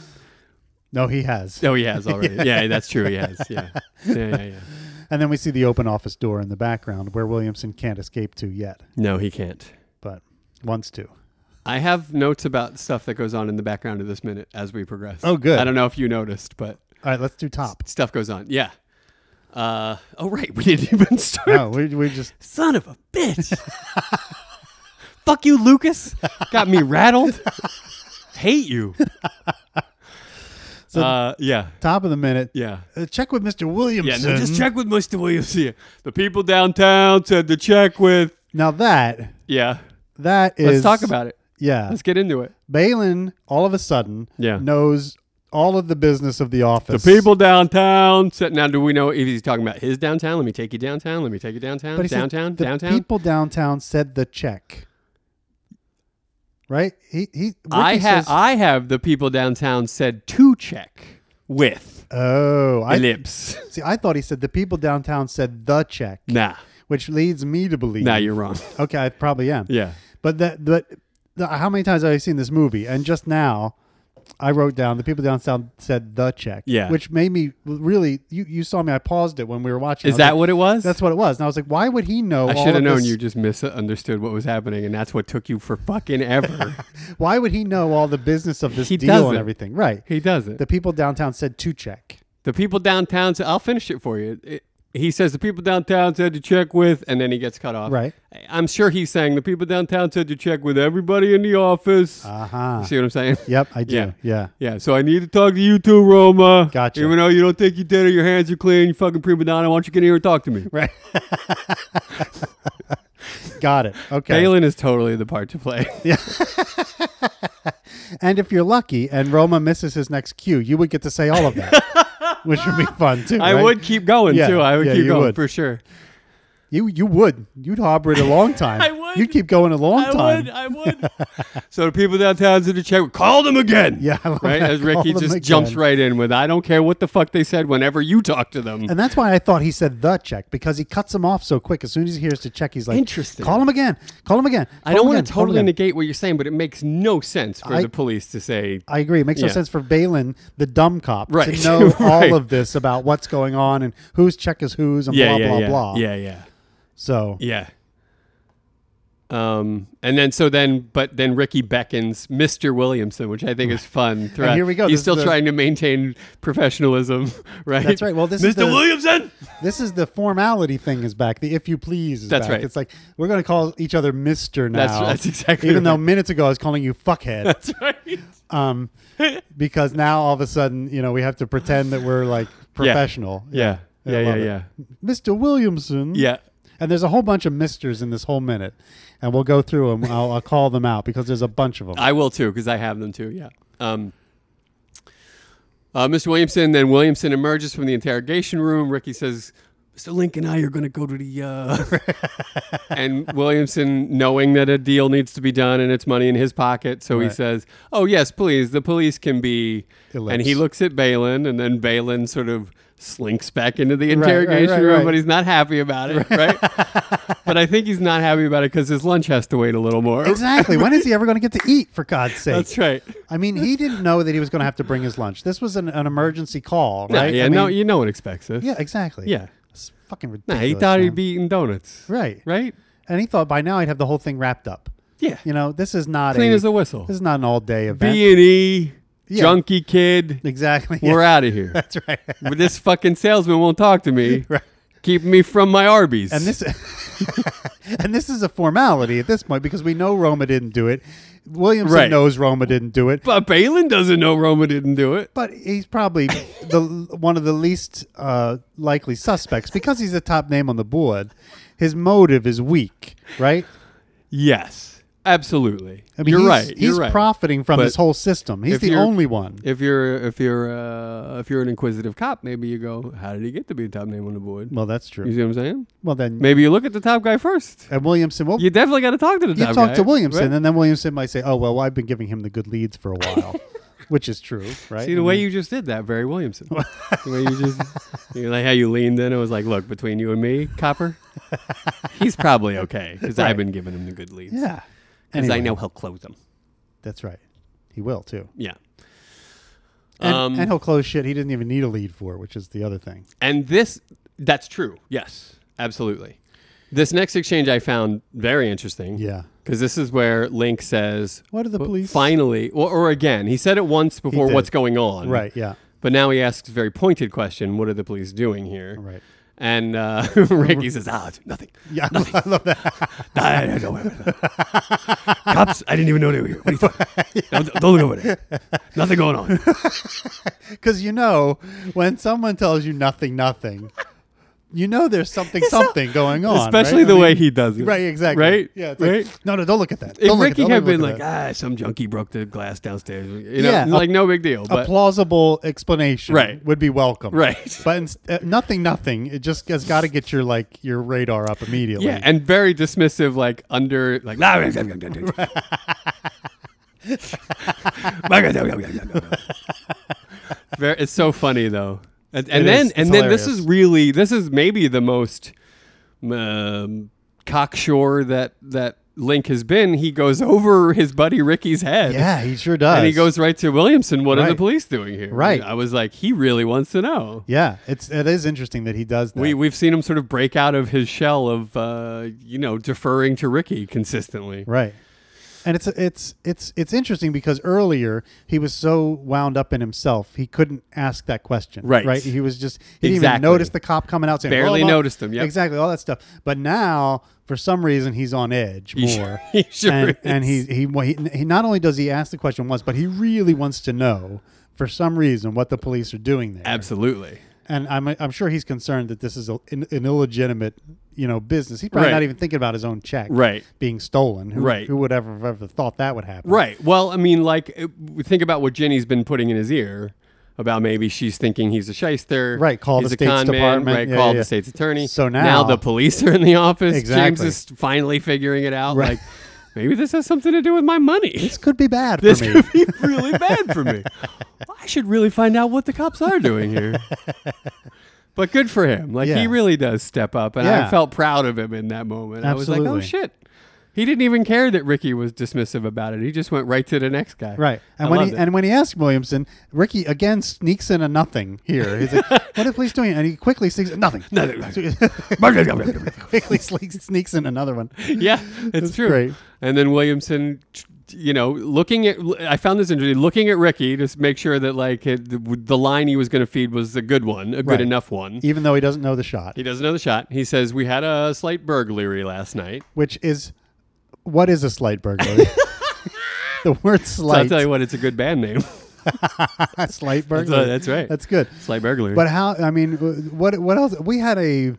No, he has. Oh, he has already. yeah. that's true. He has. Yeah, yeah, yeah. yeah. And then we see the open office door in the background where Williamson can't escape to yet, No, he can't. but wants to. I have notes about stuff that goes on in the background of this minute as we progress. Oh, good. I don't know if you noticed, but All right, let's do top. stuff goes on. Yeah. Uh, oh, right. We didn't even start. No, we, we just. Son of a bitch. Fuck you, Lucas. Got me rattled. Hate you. uh, yeah. Top of the minute. Yeah. Uh, check with Mr. Williamson. Yeah, no, just check with Mr. Williams here. The people downtown said to check with. Now that Yeah. that is. Let's talk about it. Yeah, Let's get into it. Balin all of a sudden Yeah. knows all of the business of the The office. people downtown said. Now, do we know if he's talking about his downtown? Let me take you downtown. Let me take you downtown. But he said downtown. the downtown. people downtown said the check. Right? He he. Ricky I have. says- I have the people downtown said to check with oh, I ellipse. see. I thought he said the people downtown said the check, Nah. which leads me to believe. Nah, you're wrong. okay. I probably am. Yeah. But that but the, how many times have I seen this movie? And just now, I wrote down the people downtown said the check. Yeah. which made me really. You you saw me. I paused it when we were watching. I Is was that like, what it was? That's what it was. And I was like, why would he know? I all should have of known this- you just misunderstood what was happening, and that's what took you for fucking ever. Why would he know all the business of this He deal doesn't. and everything? Right. he doesn't. The The, people downtown said to check. people downtown said, I'll finish it for you. It- he says, The people downtown said to check with, and then he gets cut off. Right. I- I'm sure he's saying, The people downtown said to check with everybody in the office. Uh huh. See what I'm saying? Yep, I do. Yeah. Yeah. Yeah, so I need to talk to you too, Roma. Gotcha. Even though you don't think you did it, your hands are clean, you fucking prima donna. Why don't you get in here and talk to me? Right. Got it. Okay. Balin is totally the part to play. And if you're lucky and Roma misses his next cue, you would get to say all of that, which would be fun too. I right? would keep going Yeah, too. I would yeah, keep you going would. for sure. You you would. You'd harbor it a long time. I would. You'd keep going a long I time. would. I would. so the people downtown said to check, call them again. Yeah, I love Right? that. As Ricky Call them just jumps again. right in with, I don't care what the fuck they said whenever you talk to them. And that's why I thought he said the check because he cuts him off so quick. As soon as he hears the check, he's like, Interesting. Call him again. Call him again. I Call don't him want again. to Call him totally again." negate what you're saying, but it makes no sense for I- the police to say, I agree. It makes Yeah. no sense for Balin, the dumb cop, Right. to know Right. all of this about what's going on and whose check is whose and yeah, blah yeah, blah yeah, blah. yeah, yeah, So yeah. Um, and then so then, but then Ricky beckons Mr. Williamson, which I think is fun. Throughout. here we go. He's This is still the- trying to maintain professionalism, right? That's right. Well, this Mr. is the- Williamson. this is the formality thing is back. The if you please is That's back. right. It's like we're going to call each other Mister now. That's- that's exactly Even though right. minutes ago I was calling you fuckhead. That's right. um, because now all of a sudden, you know, we have to pretend that we're like professional. Yeah. Yeah. I Yeah. love Yeah. it. Mr. Williamson. Yeah. And there's a whole bunch of misters in this whole minute, and we'll go through them. I'll, I'll call them out because there's a bunch of them. I will too, because I have them too. Yeah. Um, uh, Mr. Williamson. Then Williamson emerges from the interrogation room. Ricky says, "Mr. Link and I are going to go to the." Uh... and Williamson, knowing that a deal needs to be done and it's money in his pocket, so he Right. says, "Oh yes, please. The police can be." And he Ellipse. looks at Balin, and then Balin sort of slinks back into the right, interrogation right, room, right. but he's not happy about it, right? but I think he's not happy about it because his lunch has to wait a little more. exactly. when is he ever going to get to eat? For God's sake. That's right. I mean, he didn't know that he was going to have to bring his lunch. This was an, an emergency call, Yeah, right? yeah, I no, mean- you no one expects this. yeah, exactly. Yeah. It's fucking Nah, ridiculous. he thought man. he'd be eating donuts. right, Right? and he thought by now I'd have the whole thing wrapped up. Yeah. You know, this is not Clean a, as a whistle. This is not an all day event. B and E, Yeah. junkie kid. exactly. We're Yeah, out of here. That's right. But this fucking salesman won't talk to me. Right. Keep me from my Arby's. And this and this is a formality at this point because we know Roma didn't do it. Williamson Right. knows Roma didn't do it. but Balin doesn't know Roma didn't do it. But he's probably the one of the least uh, likely suspects because he's the top name on the board. His motive is weak, right? Yes. Absolutely. I mean, you're he's, right. He's you're right. profiting from But this whole system. He's if the you're- only one. if you're if you're uh, if you're an inquisitive cop, maybe you go, How did he get to be a top name on the board? Well, that's You true. see what I'm saying? Well, then Maybe you look at the top guy first. and Williamson. Well, You definitely got to talk to the you top talk guy, to Williamson, right? and then Williamson might say, "Oh well, I've been giving him the good leads for a while." which is true, right? See the way you just did that, Barry Williamson. the way you just, you know, like how you leaned in. It was like, look, between you and me, Copper, he's probably okay because I've Right. been giving him the good leads. yeah, because I Anyway, know he'll close them. that's right. He will too, Yeah. and, um, and he'll close shit he didn't even need a lead for, which is the other thing. And this, that's true. Yes, absolutely. This next exchange I found very interesting. Yeah. Because this is where Link says, What are the "Well, police?" Finally, or, or again, he said it once before, did. what's going on? Right. Yeah. But now he asks a very pointed question, what are the police doing here? Right. And uh, Ricky says, ah, it's nothing. Yeah. I love that. I don't know. Cops, I didn't even know they were here. What are you talking- don't, don't look over there. Nothing going on. Because you know, when someone tells you nothing, nothing, you know there's something, something going on. right? Especially I the mean- way he does it. Right. Exactly. Right? Yeah. It's right? Like, no, no, don't look at that. if Don't look at Ricky that. had Don't been look like, at that." ah, some junkie broke the glass downstairs, you know, Yeah, a- like no big deal. a "Ah, But plausible explanation Right. would be welcome. Right. But inst- uh, nothing, nothing. It just has got to get your like your radar up immediately. yeah, and very dismissive, like under, like. "Nah, blah, blah, blah, blah, blah." Blah, blah, blah, blah, blah, blah, blah. Ver- it's so funny though, and, and It is. then It's and then this hilarious. is really this is maybe the most um, cocksure that that Link has been. He goes over his buddy Ricky's head. Yeah, he sure does. And he goes right to Williamson. What are the Right. police doing here? Right. I was like, he really wants to know. Yeah, it's it is interesting that he does that. We we've seen him sort of break out of his shell of uh, you know deferring to Ricky consistently. Right. And it's it's it's it's interesting because earlier he was so wound up in himself he couldn't ask that question. Right. Right. He was just he didn't even Exactly. notice the cop coming out saying Barely "Hold up." noticed him, yep. Exactly all that stuff. But now for some reason he's on edge He sure- more. he sure and, and he, is. he he he not only does he ask the question once but he really wants to know for some reason what the police are doing there. Absolutely. And I'm I'm sure he's concerned that this is a, an, an illegitimate you know business. He's probably Right. not even thinking about his own check Right. being stolen. Who, Right. Who would ever have ever thought that would happen? Right. Well, I mean, like it- we think about what Jenny's been putting in his ear about maybe she's thinking he's a shyster. Right, call he's the a state's con man, department. right. Yeah, call yeah. the state's attorney. So now now- the police are in the office. James Exactly. is finally figuring it out. Right. Like maybe this has something to do with my money. This could be bad This for me. could be really bad for me. I should really find out what the cops are doing here. But good for him. Like he Yeah. really does step up, and I Yeah. felt proud of him in that moment. I was like, oh Absolutely. shit. He didn't even care that Ricky was dismissive about it. He just went right to the next guy. Right. And I when loved he it. and when he asked Williamson, Ricky again sneaks in a nothing here. He's like, "What are the police doing?" And he quickly sneaks nothing. Nothing. So- quickly sneaks sneaks in another one. yeah, it's true. great. And then Williamson, you know, looking at, I found this interesting, looking at Ricky to make sure that like it, the line he was going to feed was a good one, a good Right. enough one. Even though he doesn't know the shot, He doesn't know the shot. He says, We had a slight burglary last night. which is what is a slight burglary? the word So I'll slight, tell you what, it's a good band name. slight burglary. that's right. That's good. slight burglary. But how? I mean, what? What else? We had a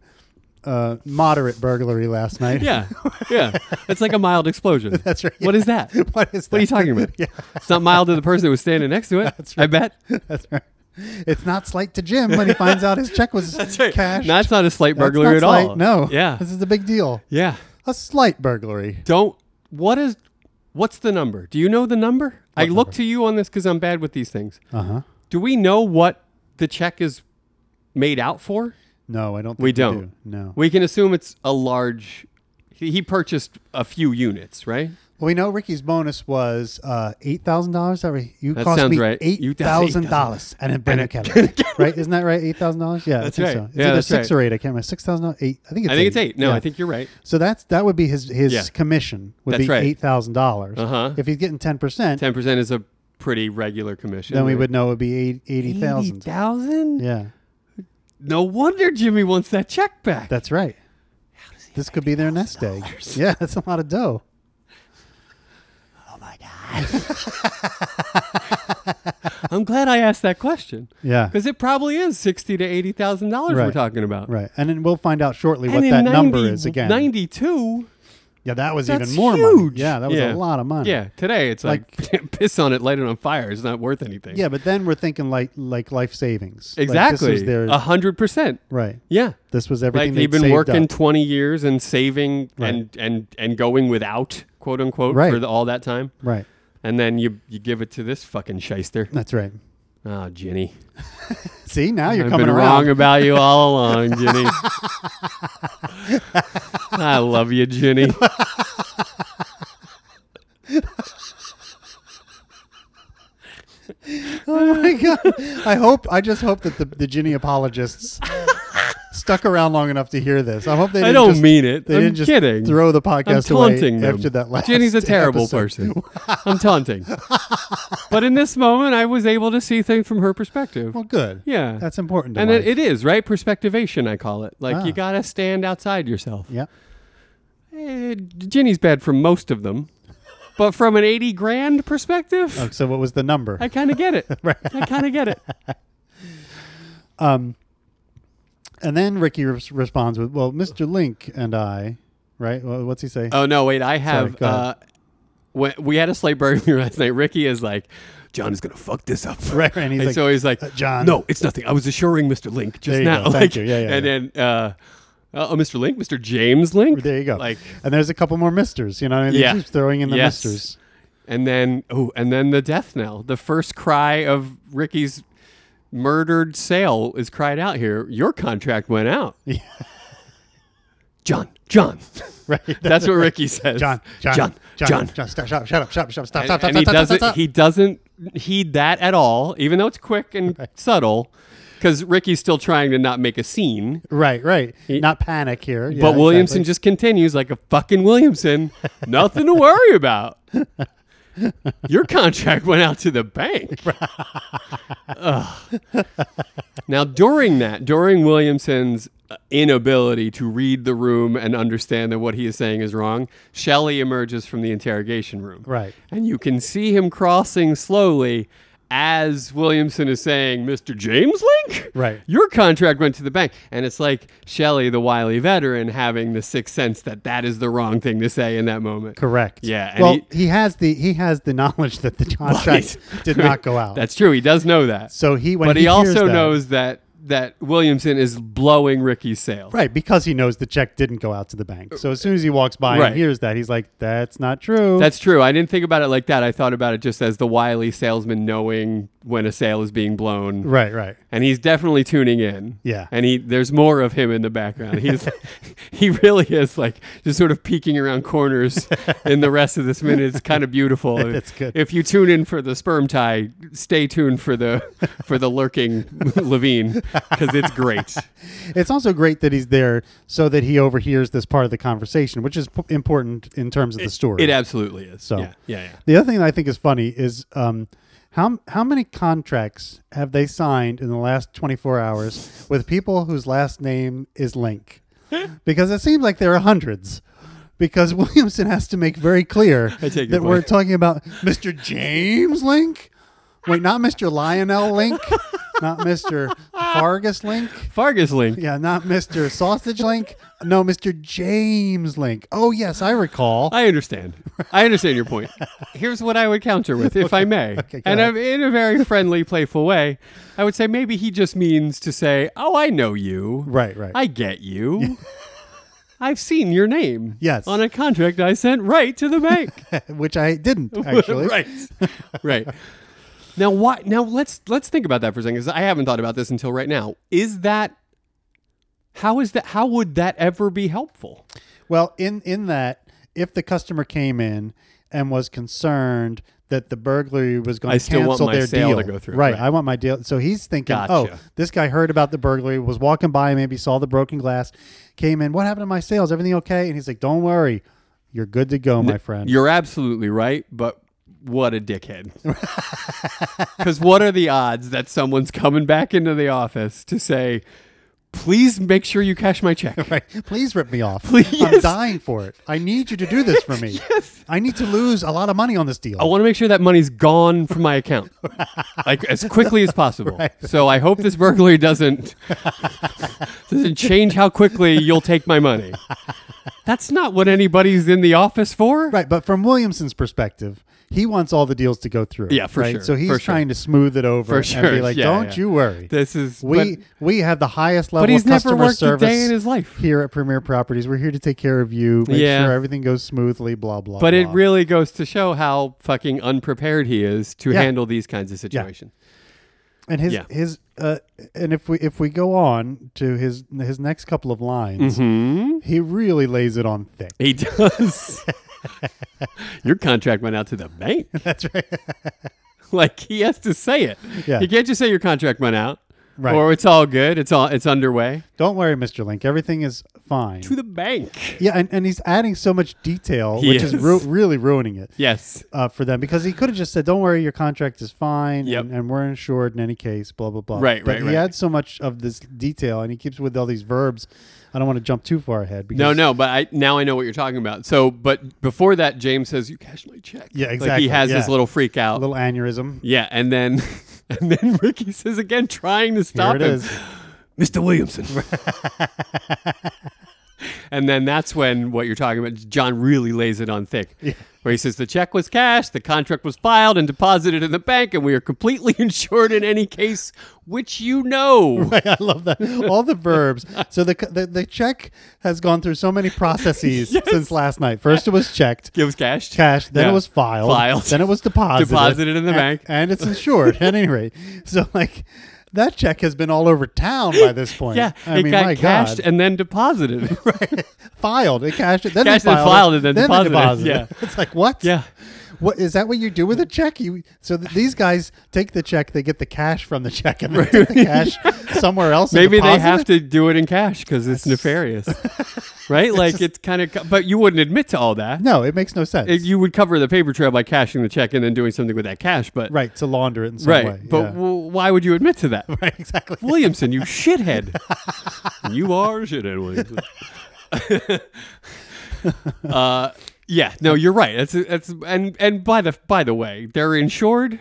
uh, moderate burglary last night. yeah, yeah. It's like a mild explosion. That's right. What is that? What what is? That? are you talking about? Yeah. It's not mild to the person that was standing next to it. I bet. That's right. It's not slight to Jim when he finds out his check was That's right. cashed. No, it's not a slight That's not burglary at slight, all. No. Yeah. This is a big deal. Yeah. A slight burglary. Don't. What is? What's the number? Do you know the number? I look to you on this because I'm bad with these things. Uh huh. Do we know what the check is made out for? No, I don't. Think We don't. do. No. We can assume it's a large. He he purchased a few units, right? Well, we know Ricky's bonus was uh, eight thousand dollars. You That cost sounds me right. You- eight thousand dollars and a banana kettle. right? Isn't that right? Eight thousand dollars. Yeah, That's I think right. So. It's Yeah, either that's six right. or eight. I can't remember. Six thousand dollars. Eight. I think it's. I think eight. it's eight. No, Yeah. I think you're right. So that's that would be his his Yeah. commission would That's be right. eight thousand dollars. Uh-huh. If he's getting ten percent, Ten percent is a pretty regular commission. then we right? would know it would be eight, eighty thousand. thousand. Yeah, No wonder Jimmy wants that check back. that's right. This could be their nest egg. Yeah, that's a lot of dough. I'm glad I asked that question Yeah, because it probably is sixty to eighty thousand dollars we're Right. talking about. right. And then we'll find out shortly what in that number 90 is again. Ninety-two. Yeah, that was That's even more money. huge. Yeah, that was Yeah. a lot of money. Yeah, today it's like, piss on it, light it on fire. It's not worth anything. Yeah, but then we're thinking like like life savings. Like, exactly. this was their A hundred percent. right. Yeah. This was everything like they'd they've been saved working up. 20 years and saving Right. and and and going without quote unquote Right. for the, all that time right. and then you you give it to this fucking shyster. That's right. Oh, Ginny, See, now you're I've coming been around. wrong about you all along, Ginny. I love you, Ginny. Oh my god! I hope. I just hope that the, the Ginny apologists stuck around long enough to hear this. I hope they. I Didn't don't just, mean it. They I'm didn't just kidding. throw the I'm podcast away taunting them. after that last. Jenny's a terrible episode. person. I'm taunting. But in this moment, I was able to see things from her perspective. Well, good. yeah, that's important. To and life. it, it is right perspectivation. I call it like Ah. you gotta stand outside yourself. yeah. Eh, Ginny's bad for most of them, but from an eighty grand perspective, Oh, so what was the number? I kind of get it. I kind of get it. Um, and then Ricky res- responds with, "Well, Mr. Link and I, right? Well, what's he say? Oh no, wait, I have. go ahead. uh, we, we had a slight burger last night. Ricky is like, John is gonna fuck this up, Right, right, and he's like, so he's like, "Uh, John." no, it's nothing. I was assuring Mr. Link just There you now. go. Thank Like, you. Yeah, yeah, And then, uh, oh, Mr. Link, Mr. James Link. there you go. Like, and there's a couple more misters. You know, what I mean? Yeah. they keep throwing in the Yes. misters. and then, oh, and then the death knell, the first cry of Ricky's murdered sale is cried out here. Your contract went out. Yeah. John, John. Right. That's what Ricky says. John, John, John, John. stop, stop, shut up, shut up, shut up, stop, and, stop, stop, and stop, he stop, doesn't stop, stop. he doesn't heed that at all even though it's quick and subtle because ricky's still trying to not make a scene right, right. Not panic here. Yeah, but williamson exactly. just continues like a fucking williamson nothing to worry about your contract went out to the bank Ugh. now during that during williamson's uh, inability to read the room and understand that what he is saying is wrong shelley emerges from the interrogation room Right. and you can see him crossing slowly as Williamson is saying, Mr. James Link? Right. Your contract went to the bank. And it's like Shelley, the wily veteran, having the sixth sense that that is the wrong thing to say in that moment. correct. Yeah, and Well, he- he, has the he has the knowledge that the contract did not go out. That's true. He does know that. so he when but he, he, hears also that- knows that that Williamson is blowing Ricky's sale. Right, because he knows the check didn't go out to the bank. So as soon as he walks by Right. and hears that, he's like, "That's not true." That's true. I didn't think about it like that. I thought about it just as the wily salesman knowing when a sale is being blown. right, right. and he's definitely tuning in. Yeah. and he there's more of him in the background. He's he really is like just sort of peeking around corners in the rest of this minute. It's kind of beautiful. It's good. If you tune in for the sperm tie, stay tuned for the for the lurking Levine because it's great. It's also great that he's there so that he overhears this part of the conversation, which is p- important in terms of the story. It absolutely is. So- yeah, yeah, yeah. The other thing that I think is funny is um, how how many contracts have they signed in the last 24 hours with people whose last name is Link? Because it seems like there are hundreds. Because Williamson has to make very clear I take your that we're point. talking about Mr. James Link. Wait, not Mr. Lionel Link, not Mr. Fargus Link. Fargus Link. Yeah, not Mr. Sausage Link. No, Mr. James Link. Oh, yes, I recall. I understand. I understand your point. Here's what I would counter with, if I may. Okay, go and ahead. I'm in a very friendly, playful way. I would say maybe he just means to say, Oh, I know you. Right, right. I get you. I've seen your name. Yes. On a contract I sent right to the bank. Which I didn't, actually. right. Right. Now why now let's let's think about that for a second because I haven't thought about this until right now. Is that how is that how would that ever be helpful? Well, in in that, if the customer came in and was concerned that the burglary was going I to still want cancel my their sale deal, to go through, right, right. I want my deal. So he's thinking, Gotcha. oh, this guy heard about the burglary, was walking by, maybe saw the broken glass, came in. What happened to my sales? Everything okay? And he's like, don't worry, you're good to go, my friend. You're absolutely right, but what a dickhead. Because what are the odds that someone's coming back into the office to say, please make sure you cash my check? Right. Please rip me off. Please. I'm dying for it. I need you to do this for me. I need to lose a lot of money on this deal. I want to make sure that money's gone from my account, like as quickly as possible. So I hope this burglary doesn't doesn't change how quickly you'll take my money. That's not what anybody's in the office for. Right, but from Williamson's perspective, he wants all the deals to go through. Yeah, for right? sure, So he's for sure. trying to smooth it over For and sure, be like, yeah, "Don't yeah. you worry. This is we but, we have the highest level but he's of customer never worked a service day in his life. here at Premier Properties. We're here to take care of you, make Yeah. sure everything goes smoothly, blah blah. But it blah. really goes to show how fucking unprepared he is to Yeah. handle these kinds of situations. and his yeah. his uh, and if we if we go on to his his next couple of lines, Hmm. he really lays it on thick. He does. Your contract went out to the bank. That's right. Like he has to say it. Yeah. He can't just say your contract went out. Right. Or it's all good. It's all it's underway. Don't worry, Mr. Link. Everything is fine. To the bank. yeah, and, and he's adding so much detail, He which is, is. ru- really ruining it. Yes. uh, for them because he could have just said, "Don't worry, your contract is fine, Yep. and, and we're insured in any case." Blah blah blah. Right, but right, He right. adds so much of this detail, and he keeps with all these verbs. I don't want to jump too far ahead. Because No, no, but I now I know what you're talking about. So, but before that, James says, "You cash my check." Yeah, Like he exactly, has this yeah. little freak A out. little aneurysm. yeah, and then, and then Ricky says again, trying to stop Here it him, is. Mr. Williamson. and then that's when what you're talking about, John really lays it on thick, where he says the check was cashed, the contract was filed and deposited in the bank, and we are completely insured in any case, which you know. I love that. All the verbs. So the, the the check has gone through so many processes since last night. First, it was checked, It was cashed. cashed. Then Yeah. it was filed. Filed. Then it was deposited. Deposited in the and, bank. and it's insured at any rate. So like. That check has been all over town by this point. Yeah, I it mean, my got cashed God. and then deposited. filed. It cashed it. Then Cashed they and filed, filed and then they deposited it. deposited it. It's like what? Yeah. What is that? What you do with a check? You so th- these guys take the check, they get the cash from the check, and they take the cash somewhere else. and Maybe they deposit have it? to do it in cash because it's nefarious, right? Like it's kind of, but you wouldn't admit to all that. No, it makes no sense. It- you would cover the paper trail by cashing the check and then doing something with that cash, but right to launder it in some right. way. but yeah. w- why would you admit to that, right, exactly. Williamson? You shithead. you are a shithead, Williamson. uh, yeah, no, you're right. That's that's and and by the by the way, they're insured.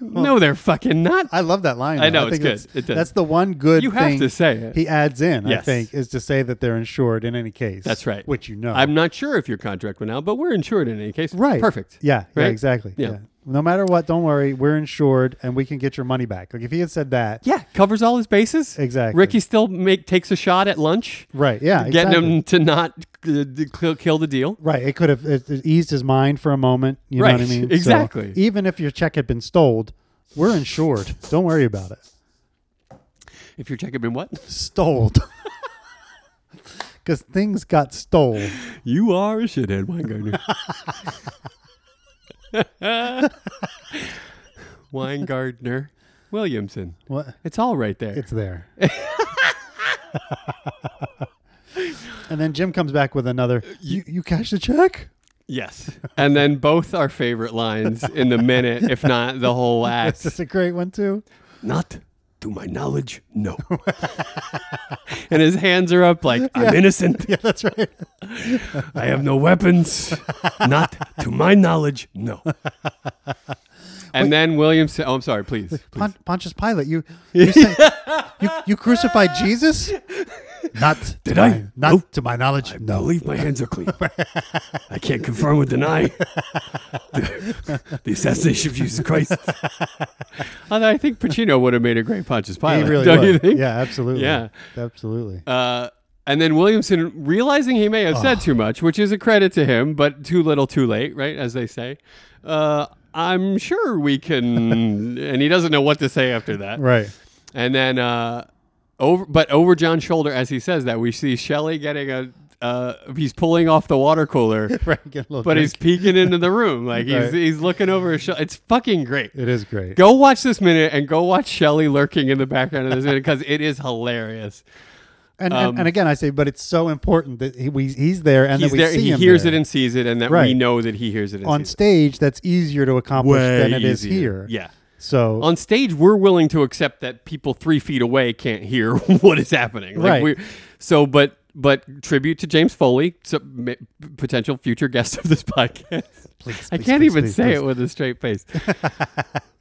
no, they're fucking not. I love that line. I though. know, it's think good. That's, It does. that's the one good You have thing to say it. he adds in. I Yes. think is to say that they're insured in any case. That's right. Which you know. I'm not sure if your contract went out, but we're insured in any case. Right. Perfect. Yeah. Yeah. Right? Exactly. Yeah. Yeah. No matter what, don't worry. We're insured, and we can get your money back. Like if he had said that. Yeah. Covers all his bases. Exactly. Ricky still make takes a shot at lunch, Right. Yeah. getting exactly. him to not uh, d- kill- kill the deal. Right. It could have it, it eased his mind for a moment. You know what Right, I mean? So, exactly. even if your check had been stoled, we're insured. don't worry about it. If your check had been what? Stoled. Because things got stole. You are a shithead, Weingartner. Weingartner Williamson. What? It's all right there. It's there. and then Jim comes back with another. You you cash the check? yes. And then both our favorite lines in the minute, if not the whole act. That's a great one too. Not to my knowledge, no. and his hands are up like, I'm innocent. Yeah, that's right. I have no weapons. Not to my knowledge, no. And then Williamson, oh, I'm sorry, please. Pon- Pontius Pilate, you you, say, you you crucified Jesus? Not Did to I? my- not Nope. to my knowledge. I no. believe my hands are clean. I can't confirm or deny the, the assassination of Jesus Christ. Although I think Pacino would have made a great Pontius Pilate. He really don't you would. think? Yeah, absolutely. Yeah. absolutely. Uh, and then Williamson, realizing he may have said too much, which is a credit to him, but too little, too late, right? As they say. Uh, I'm sure we can, and he doesn't know what to say after that. right. And then uh, over, but over John's shoulder as he says that, we see Shelley getting a. Uh, he's pulling off the water cooler, Right. Get a little but he's peeking into the room. Like he's Right. he's looking over his shoulder. It's fucking great. It is great. Go watch this minute and go watch Shelly lurking in the background of this minute because it is hilarious. And, and and again, I say, but it's so important that he, we, he's there and Um, He's that we there. see He him hears there. it and sees it, and that we Right. know that he hears it and on sees stage. That's easier to it. accomplish than it is here. easier. Yeah. So On stage, we're willing to accept that people three feet away can't hear what is happening. Right. we- so, but but tribute to James Foley, so, m- potential future guest of this podcast. please, I please, can't please, even please, say please. it with a straight face.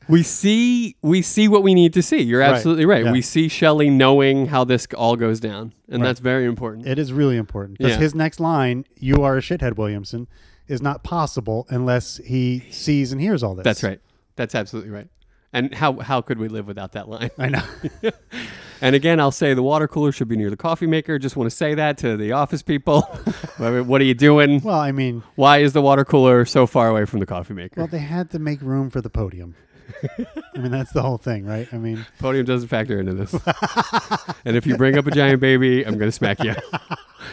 we see we see what we need to see. You're Right. absolutely right. Yeah. We see Shelley knowing how this all goes down, and Right. that's very important. It is really important because Yeah. his next line, "You are a shithead, Williamson," is not possible unless he sees and hears all this. That's right. That's absolutely right. And how how could we live without that line? I know. And again, I'll say the water cooler should be near the coffee maker. Just want to say that to the office people. what are you doing? well, I mean, Why is the water cooler so far away from the coffee maker? well, they had to make room for the podium. I mean, that's the whole thing, right? I mean, Podium doesn't factor into this. and if you bring up a giant baby, I'm going to smack you.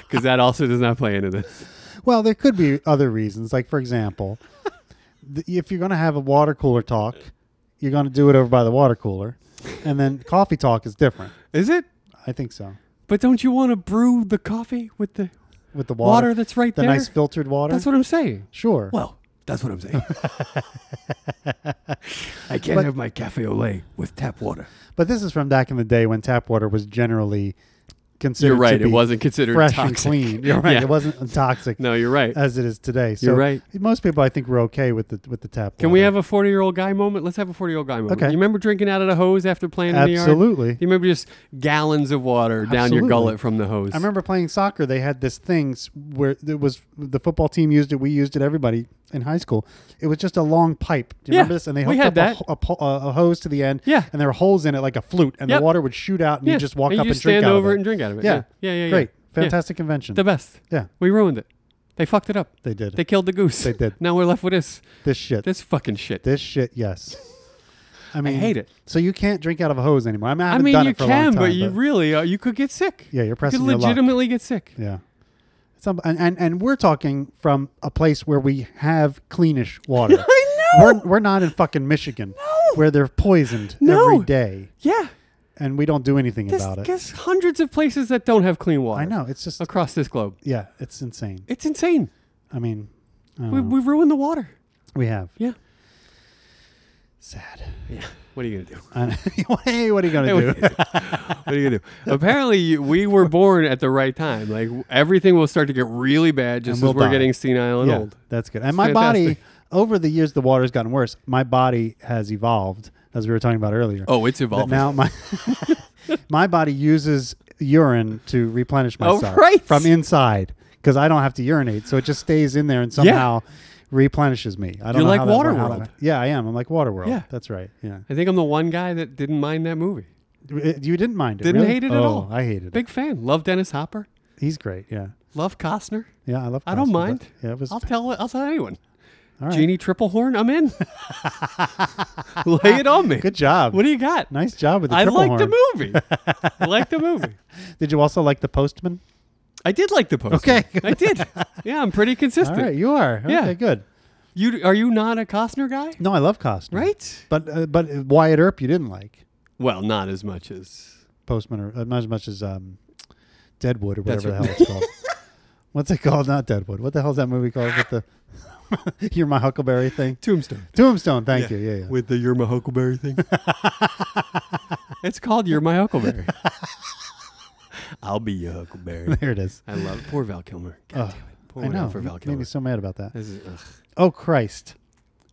Because that also does not play into this. well, there could be other reasons. Like, for example, th- if you're going to have a water cooler talk, you're going to do it over by the water cooler. And then coffee talk is different. Is it? I think so. But don't you want to brew the coffee with the With the water, water, that's right the there? nice filtered water. that's what I'm saying. sure. Well, that's what I'm saying. I can't have my cafe au lait with tap water. But this is from back in the day when tap water was generally considered. You're right. to It be wasn't considered fresh toxic. and clean. You're right. Yeah. It Uh, wasn't toxic. No, you're right. as it is today. So You're right. Most people, I think, were okay with the with the tap. Can we have a 40 year old guy moment? Let's have a 40 year old guy moment. Okay. You remember drinking out of the hose after playing in the yard? Absolutely. You remember just gallons of water down your Absolutely. gullet from the hose? I remember playing soccer. They had this thing s- where it was the football team used it. We used it. Everybody in high school. It was just a long pipe. Do you Yeah, remember this? And they we hooked had up that. A, ho- a, po- a- a hose to the end. Yeah. And there were holes in it like a flute, and Yep. the water would shoot out, and Yeah. you just walk and up you and just drink stand out over of it. and drink out of it. Yeah. Yeah, yeah, yeah. Great, Yeah. fantastic invention. The best. yeah, We ruined it. They fucked it up. they did. They killed the goose. They did. Now we're left with this this shit. this fucking shit. This shit. Yes. I mean, hate it. So you can't drink out of a hose anymore. I, mean, I I haven't mean, done you it for a long can, time, but you really uh, you could get sick. Yeah, you're pressing You your could luck. legitimately get sick. Yeah. Some, and, and, and we're talking from a place where we have cleanish water. I We're, we're not in fucking Michigan where they're poisoned No. every day Yeah. and we don't do anything There's, about it. there's hundreds of places that don't have clean water. I know. It's just, Across this globe. yeah, it's insane. It's insane. I mean, I don't We, know. we ruined the water. we have. Yeah. Sad. Yeah. What are you gonna do? And- hey, what are you going Hey, to do? what are you gonna do? What are you gonna do? Apparently, you- we were born at the right time. Like w- everything will start to get really bad just And we'll as we're die. getting senile and yeah, old. that's good. And my fantastic. body, over the years, the water's gotten worse. My body has evolved, as we were talking about earlier. Oh, it's that evolving. now my my body uses urine to replenish Oh, myself right. from inside because I don't have to urinate, so it just stays in there and somehow replenishes me. I don't You're know like how that- how Waterworld. that- yeah, I am. I'm like Waterworld. Yeah. that's right. Yeah, I think I'm the one guy that didn't mind that movie. It- you didn't mind it. Didn't really? hate it oh, at all. I hated it. Big fan. Love Dennis Hopper. He's great. Yeah, Love Costner. yeah. I love. I don't Costner, but- mind. Yeah, it was. I'll tell. I'll tell anyone. All right. Jeannie Triplehorn. I'm in. Lay it on me. Good job. What do you got? nice job with the I triple like horn. the movie. I like the movie. Did you also like the postman? I did like the poster. Okay. I did. Yeah, I'm pretty All consistent. right, you are. Yeah. Okay, good. You are you not a Costner guy? No, I love Costner. Right? But uh, but Wyatt Earp, you didn't like. Well, not as much as Postman, or uh, not as much as um, Deadwood or That's whatever the hell right. it's called. What's it called? Not Deadwood. What the hell's that movie called with the You're My Huckleberry thing? Tombstone. Tombstone. Thank you. Yeah, yeah. With the You're My Huckleberry thing. it's called You're My Huckleberry. I'll be your Huckleberry. there it is. I love poor Val Kilmer. God Ugh, damn it. Poor Oh, I know. for Val Made Kilmer. me so mad about that. This is- ugh. Oh Christ,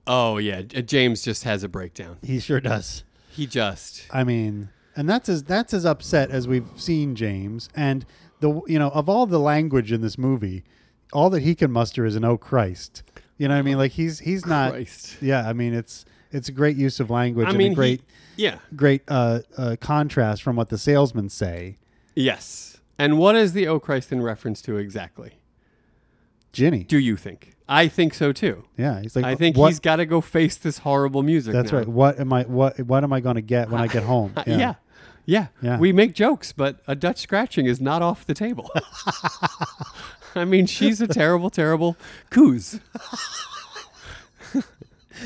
Oh yeah, J- James just has a breakdown. he sure does. He just I mean, and that's as that's as upset as we've seen James. And the you know of all the language in this movie, all that he can muster is an "Oh Christ." You know what I mean? Like he's he's not. Christ. Yeah, I mean it's it's a great use of language I and mean, a Oh, great. he- yeah. great uh, uh, contrast from what the salesmen say. Yes. And what is the Oh Christ in reference to exactly? Ginny. Do you think? I think so too. Yeah, he's like, I think what, he's got to go face this horrible music. That's now. right. What am I? What What am I going to get when I get home? Uh, Yeah. yeah. Yeah. We make jokes, but a Dutch scratching is not off the table. I mean, she's a terrible, terrible coos.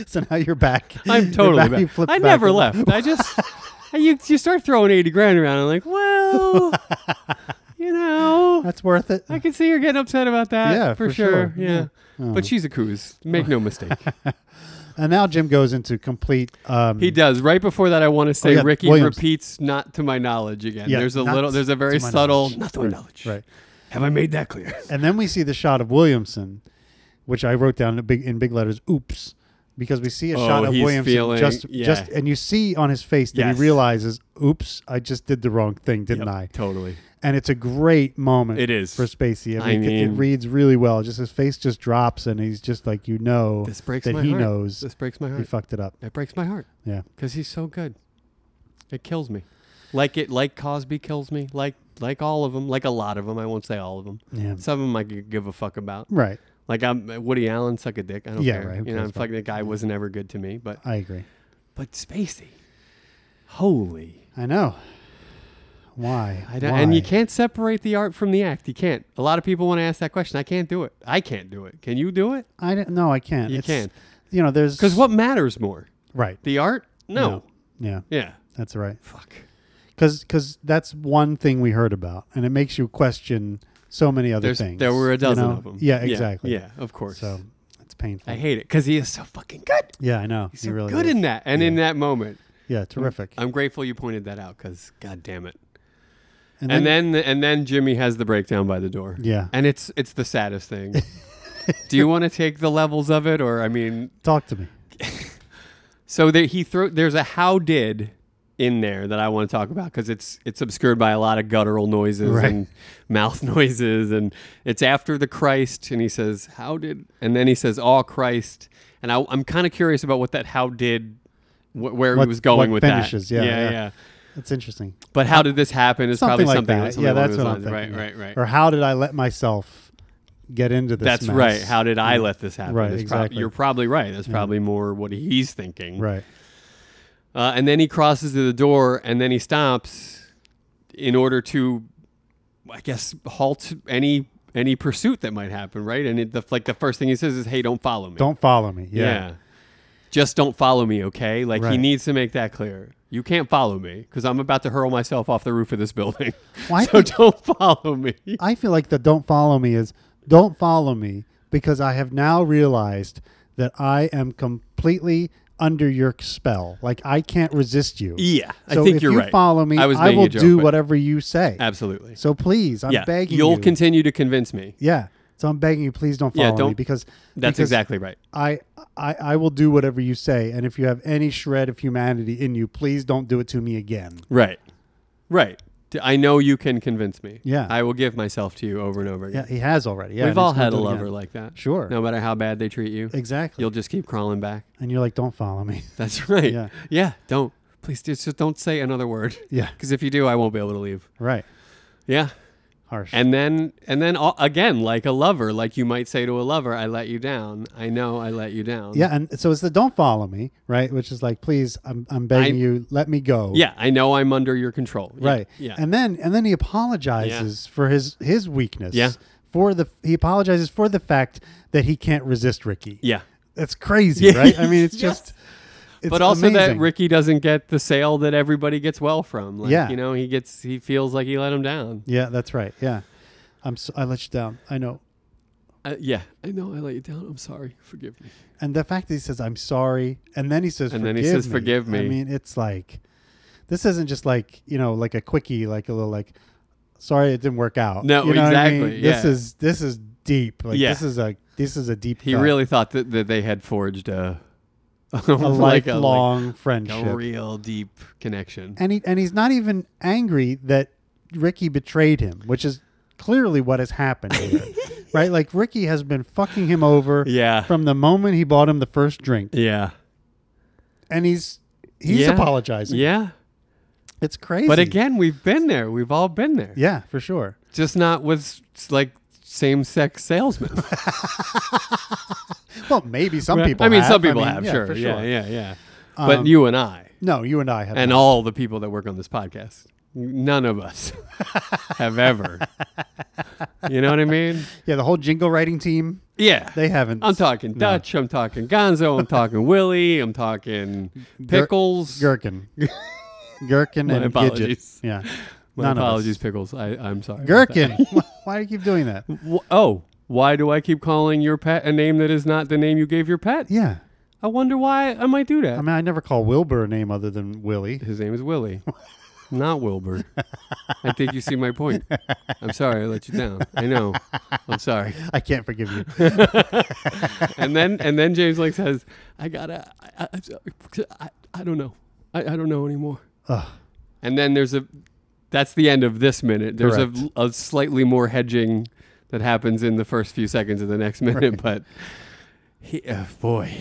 So now you're back. I'm You're totally back. You back. flipped I back never and- left. I just you you start throwing eighty grand around. I'm like, well, you know, That's worth it. I can see her getting upset about that. Yeah, Oh. for, for sure. sure. Yeah. But she's a coos. Make no mistake. And now Jim goes into complete. Um, He does. Right before that, I want to say Oh, yeah, Ricky Williams. repeats "not to my knowledge" again. Yeah, there's a not little. There's a very to my subtle knowledge. "not to my knowledge." right. Have I made that clear? And then we see the shot of Williamson, which I wrote down in big in big letters. Oops, because we see a Oh, shot of he's Williamson feeling- just yeah. just, and you see on his face that Yes. he realizes, oops, I just did the wrong thing, didn't Yep, I? Totally. And it's a great moment. It is. for Spacey. I I mean, it- it mean- reads really well. Just his face just drops, and he's just like, you know, This breaks that my he heart. knows This breaks my he heart. fucked it up. It breaks my heart Yeah, because he's so good. It kills me. Like it, like Cosby kills me. Like like all of them. Like a lot of them. I won't say all of them. yeah, Some of them I could give a fuck about. right. Like I'm Woody Allen, suck a dick. I don't Yeah, care. right, who You know, cares I'm about- fucking that guy wasn't ever good to me. But I agree. but Spacey, holy. I know. Why? I don't, and you Why? can't separate the art from the act. You can't. A lot of people want to ask that question. I can't do it. I can't do it. Can you do it? I don't. No, I can't. You can't. You know, there's Because what matters more, Right. the art? No. Yeah, Yeah. that's right. Fuck. Because that's one thing we heard about, and it makes you question so many other There's, things. there were a you dozen know? of them. Yeah, exactly. Yeah, of course. So it's painful. I hate it because he is so fucking good. yeah, I know. He's he so really good is. in that and in that moment. Yeah, terrific. I'm grateful you pointed that out because god damn it. and, And then and then Jimmy has the breakdown by the door. Yeah. And it's it's the saddest thing. do you want to take the levels of it or I mean talk to me. So there, he throw there's a how did in there that I want to talk about because it's it's obscured by a lot of guttural noises Right. and mouth noises and it's after the Christ and he says how did and then he says all Christ and I, I'm kind of curious about what that how did wh- where he What- was going what with finishes, that yeah, yeah yeah. yeah That's interesting. but how did this happen is probably something like something that. something yeah, along that's those what I'm lines. thinking. right right right Or how did I let myself get into this? that's mess? right how did I let this happen Right, It's prob- exactly. you're probably right that's probably more what he's thinking Right. Uh, and then he crosses to the door and then he stops in order to, I guess, halt any any pursuit that might happen, right? And it, the, like the first thing he says is, "Hey, don't follow me." Don't follow me. Yeah. Yeah. Just don't follow me, okay? Like he Right. needs to make that clear. You can't follow me because I'm about to hurl myself off the roof of this building. Well, I so think- don't follow me. I feel like the don't follow me is don't follow me because I have now realized that I am completely under your spell. Like I can't resist you. Yeah, I So think if you're you right. follow me, I I, was making will a joke, do but- whatever you say. Absolutely. So please, I'm yeah. begging You'll you. continue to convince me. yeah. So I'm begging you, please don't follow Yeah, don't- me because That's because exactly right. I, I I will do whatever you say, and if you have any shred of humanity in you, please don't do it to me again. Right. Right. D- I know you can convince me. Yeah. I will give myself to you over and over again. Yeah, he has already. Yeah, We've and all he's gonna had a do it lover again. like that. Sure. No matter how bad they treat you, Exactly. you'll just keep crawling back. and you're like, don't follow me. That's right. Yeah. Yeah. Don't. Please just, just don't say another word. yeah. Because if you do, I won't be able to leave. Right. Yeah. Harsh. And then, and then all, again, like a lover, like you might say to a lover, I let you down. I know I let you down. Yeah, and so it's the don't follow me, right? Which is like, please, I'm, I'm begging I- you, let me go. Yeah. I know I'm under your control. Yeah, Right. Yeah. And then and then he apologizes for his his weakness. Yeah. For the he apologizes for the fact that he can't resist Ricky. yeah. That's crazy, Yeah. right? I mean, it's Yes. just it's but also that amazing. Ricky doesn't get the sale that everybody gets well from. Like, Yeah. you know, he gets he feels like he let him down. Yeah, that's right. Yeah. I'm so, I let you down. I know. Uh, yeah, I know I let you down. I'm sorry. Forgive me. And the fact that he says I'm sorry and then he says And forgive then he says, me. "Forgive I me. mean, it's like this isn't just like, you know, like a quickie like a little like sorry it didn't work out. No, you know what I mean? exactly, This yeah. is this is deep. Like Yeah. this is a this is a deep He cut. really thought that, that they had forged a, a lifelong friendship. like, a real deep connection. and he and he's not even angry that Ricky betrayed him, which is clearly what has happened here. right? Like Ricky has been fucking him over Yeah. from the moment he bought him the first drink. yeah. And he's he's Yeah. apologizing. Yeah. It's crazy. But again, we've been there. We've all been there. Yeah, for sure. Just not with like same sex salesmen. Well, maybe some people I mean, have. some people have, yeah, sure. for Yeah, yeah, yeah. Um, but you and I. No, you and I have and not. all the people that work on this podcast. None of us have ever. You know what I mean? Yeah, the whole jingle writing team, Yeah. they haven't. I'm talking Dutch. I'm talking Gonzo. I'm talking Willie. I'm talking Pickles. Gherkin. Gherkin My and apologies. Gidget. Yeah. My None apologies, Of us. Pickles. I, I'm sorry. about that. Gherkin. Why do you keep doing that? Wh- Oh, why do I keep calling your pet a name that is not the name you gave your pet? Yeah. I wonder why I might do that. I mean, I never call Wilbur a name other than Willie. His name is Willie, not Wilbur. I think you see my point. I'm sorry I let you down. I know. I'm sorry. I can't forgive you. and then and then James Lake says, "I gotta, I, I, I'm sorry. I, I don't know, I, I don't know anymore." Ugh. And then there's a that's the end of this minute. There's a, Correct. a slightly more hedging that happens in the first few seconds of the next minute, but he, uh, boy,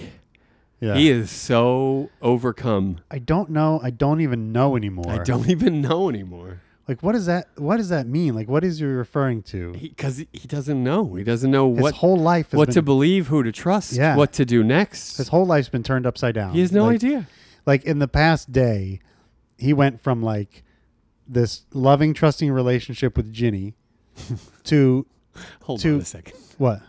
Yeah. he is so overcome. I don't know. I don't even know anymore. I don't even know anymore Like, what does that? What does that mean? Like, what is you referring to? because he, he doesn't know. He doesn't know his what whole life. Has what been, to believe, who to trust, Yeah. what to do next. His whole life's been turned upside down. he has no Like- idea. Like in the past day, he went from like this loving, trusting relationship with Ginny to Hold to- on a second. what?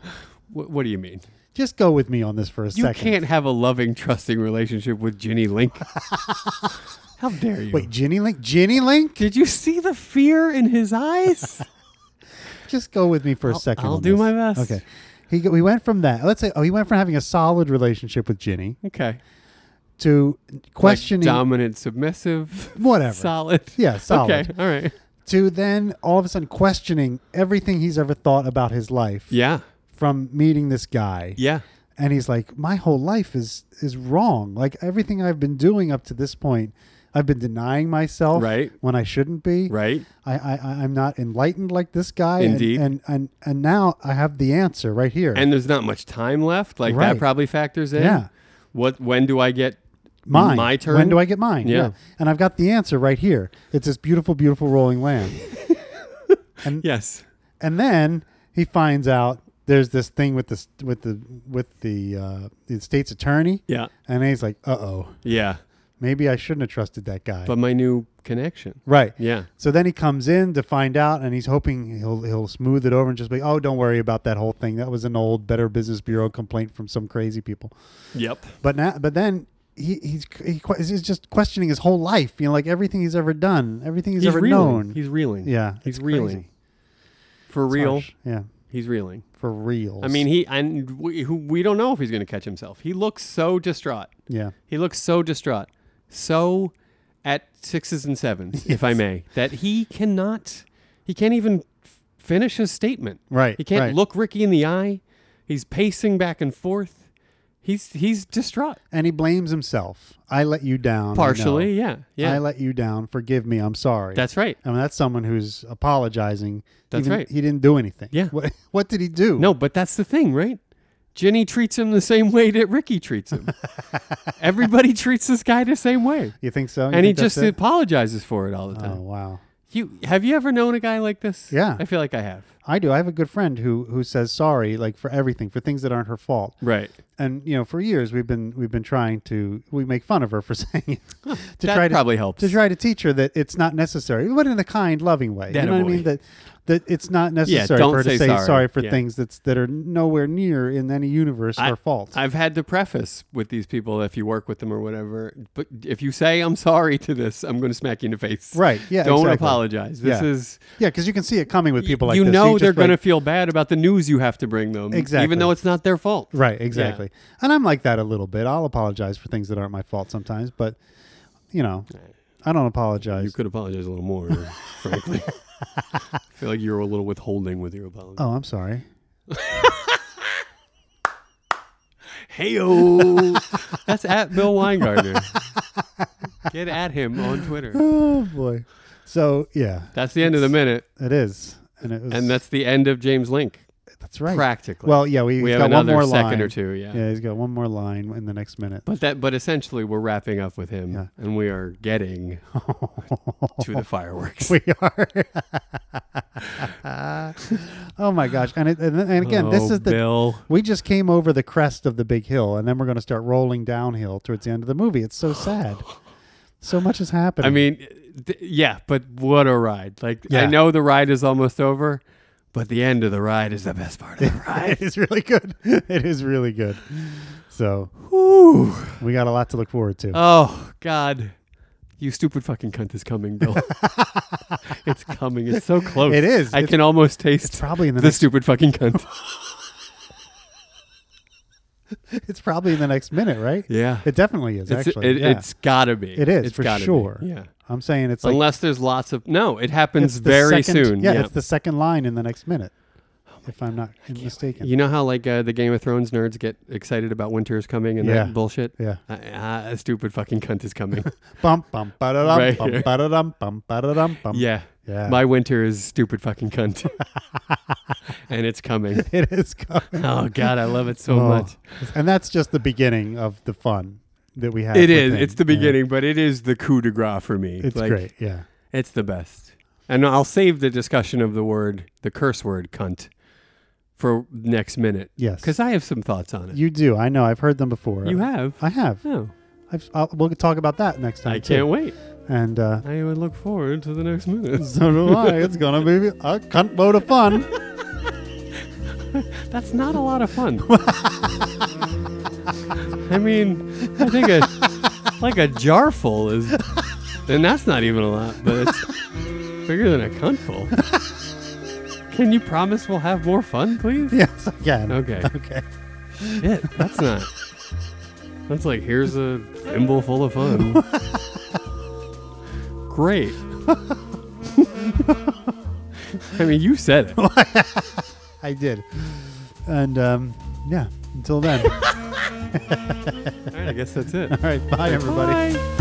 What, what do you mean? Just go with me on this for a You second. can't have a loving, trusting relationship with Ginny Link. How dare you? Wait, Ginny Link? Ginny Link? Did you see the fear in his eyes? Just go with me for a I'll- 2nd I'll on do this. my best. Okay. He, go- he went from that. Let's say, oh, he went from having a solid relationship with Ginny okay. to questioning. Like dominant, submissive, Whatever. solid. Yeah, solid. Okay, all right. to then all of a sudden questioning everything he's ever thought about his life Yeah, from meeting this guy. yeah, And he's like, my whole life is is wrong. Like everything I've been doing up to this point, I've been denying myself Right. when I shouldn't be. right. I, I I- I'm not enlightened like this guy. and- Indeed. And and, and now I have the answer right here. And there's not much time left. Like Right. that probably factors in. Yeah. What? When do I get mine. My turn. When do I get mine? Yeah. And I've got the answer right here. It's this beautiful, beautiful rolling land. and Yes. and then he finds out there's this thing with this with the with the uh, the state's attorney. Yeah. And he's like, uh oh, Yeah. maybe I shouldn't have trusted that guy. But my new connection. right. Yeah. So then he comes in to find out, and he's hoping he'll he'll smooth it over and just be, oh, don't worry about that whole thing. That was an old Better Business Bureau complaint from some crazy people. Yep. But now, but then he he's he, que- he's just questioning his whole life. You know, like everything he's ever done, everything he's, ever reeling. known. He's reeling. yeah, He's it's reeling. crazy. For It's real, harsh. Yeah, he's reeling. for real. I mean, he and we, who- we don't know if he's going to catch himself. He looks so distraught. yeah, He looks so distraught, so at sixes and sevens, if I may, that he cannot, he can't even f- finish his statement. Right, He can't right. look Ricky in the eye. He's pacing back and forth. He's he's distraught. and he blames himself. I let you down. I know. Partially, yeah, yeah. I let you down. Forgive me. I'm sorry. That's right. I mean, that's someone who's apologizing. That's even- right. He didn't do anything. Yeah. What, what did he do? No, but that's the thing, right? Jenny treats him the same way that Ricky treats him. Everybody treats this guy the same way. You think so? You And he think that's just it? apologizes for it all the Oh time. wow. You have you ever known a guy like this? Yeah. I feel like I have. I do. I have a good friend who who says sorry, like for everything, for things that aren't her fault. Right. And you know, for years we've been we've been trying to we make fun of her for saying it to that try to probably helps. to try to teach her that it's not necessary, but in a kind, loving way. you know what I Attaboy. mean? That that it's not necessary don't for her to say say sorry. sorry, for Yeah. things that's that are nowhere near in any universe I- her fault. I've had to preface with these people if you work with them or whatever. But if you say I'm sorry to this, I'm going to smack you in the face. Right, yeah, Don't exactly. apologize. This Yeah. is yeah, because you can see it coming with people like you this. know just they're going to like- feel bad about the news you have to bring them, Exactly. Even though it's not their fault. Right, exactly. And I'm like that a little bit. I'll apologize for things that aren't my fault sometimes, but you know, I don't You apologize. could apologize a little more, frankly. I feel like you're a little withholding with your apology. Oh, I'm sorry. Heyo, that's at Bill Weingartner. Get at him on Twitter. Oh boy. So yeah, That's the end of the minute, it is, and it was, and that's the end of James Link. that's right. practically. Well, yeah, we, we he's have got one another more second line. or two. Yeah. Yeah, he's got one more line in the next minute. But that, but essentially, we're wrapping up with him, Yeah. and we are getting to the fireworks. we are. oh my gosh! And it, and, then- and again, this Oh, is the Bill. we just came over the crest of the big hill, and then we're going to start rolling downhill towards the end of the movie. It's so sad. so much has happened. I mean, th- yeah, but what a ride! Like I Yeah. know the ride is almost over, but the end of the ride is the best part of the ride. it is really good. It is really good. So Whew. we got a lot to look forward to. Oh God, you stupid fucking cunt is coming, Bill. it's coming. It's so close. It is. I It's- can almost taste probably in the the next- stupid fucking cunt. it's probably in the next minute, right? Yeah. It definitely is. It's, actually, it, yeah. has gotta be. It is, It's for gotta be. sure. Yeah. I'm saying it's like Unless there's lots of no, it it's happens the very second- soon. Yeah, it's the second line in the next minute. oh if I'm not mistaken. You know how like uh, the Game of Thrones nerds get excited about winter is coming and Yeah. that bullshit. Yeah. Uh, ah, a stupid fucking cunt is coming. Bum bum ba-da-dum, Right bum here. ba-da-dum, bum ba-da-dum, bum. yeah. Um, Yeah. My winter is stupid fucking cunt, and it's coming. It is coming. Oh God, I love it so Oh. much. And that's just the beginning of the fun that we have. with It is. him. It's the Yeah. beginning, but it is the coup de grace for me. It's great. Yeah. It's the best. And I'll save the discussion of the word, the curse word, cunt, for next minute. Yes. Because I have some thoughts on it. You do. I know. I've heard them before. You have? I have. Oh, I've, I'll, we'll talk about that next time. I can't too. wait. And uh, I would look forward to the next minute. so do I. It's gonna be a cunt load of fun. That's not a lot of fun. I mean, I think a, like a jar full is, and that's not even a lot, but it's bigger than a cunt full. Can you promise we'll have more fun, please? yes, I can. Okay. Okay. Shit, that's not. That's like here's a thimble full of fun. Great. I mean, you said it. I did. And um, yeah. Until then. All I guess that's it. right. Bye, everybody. Bye.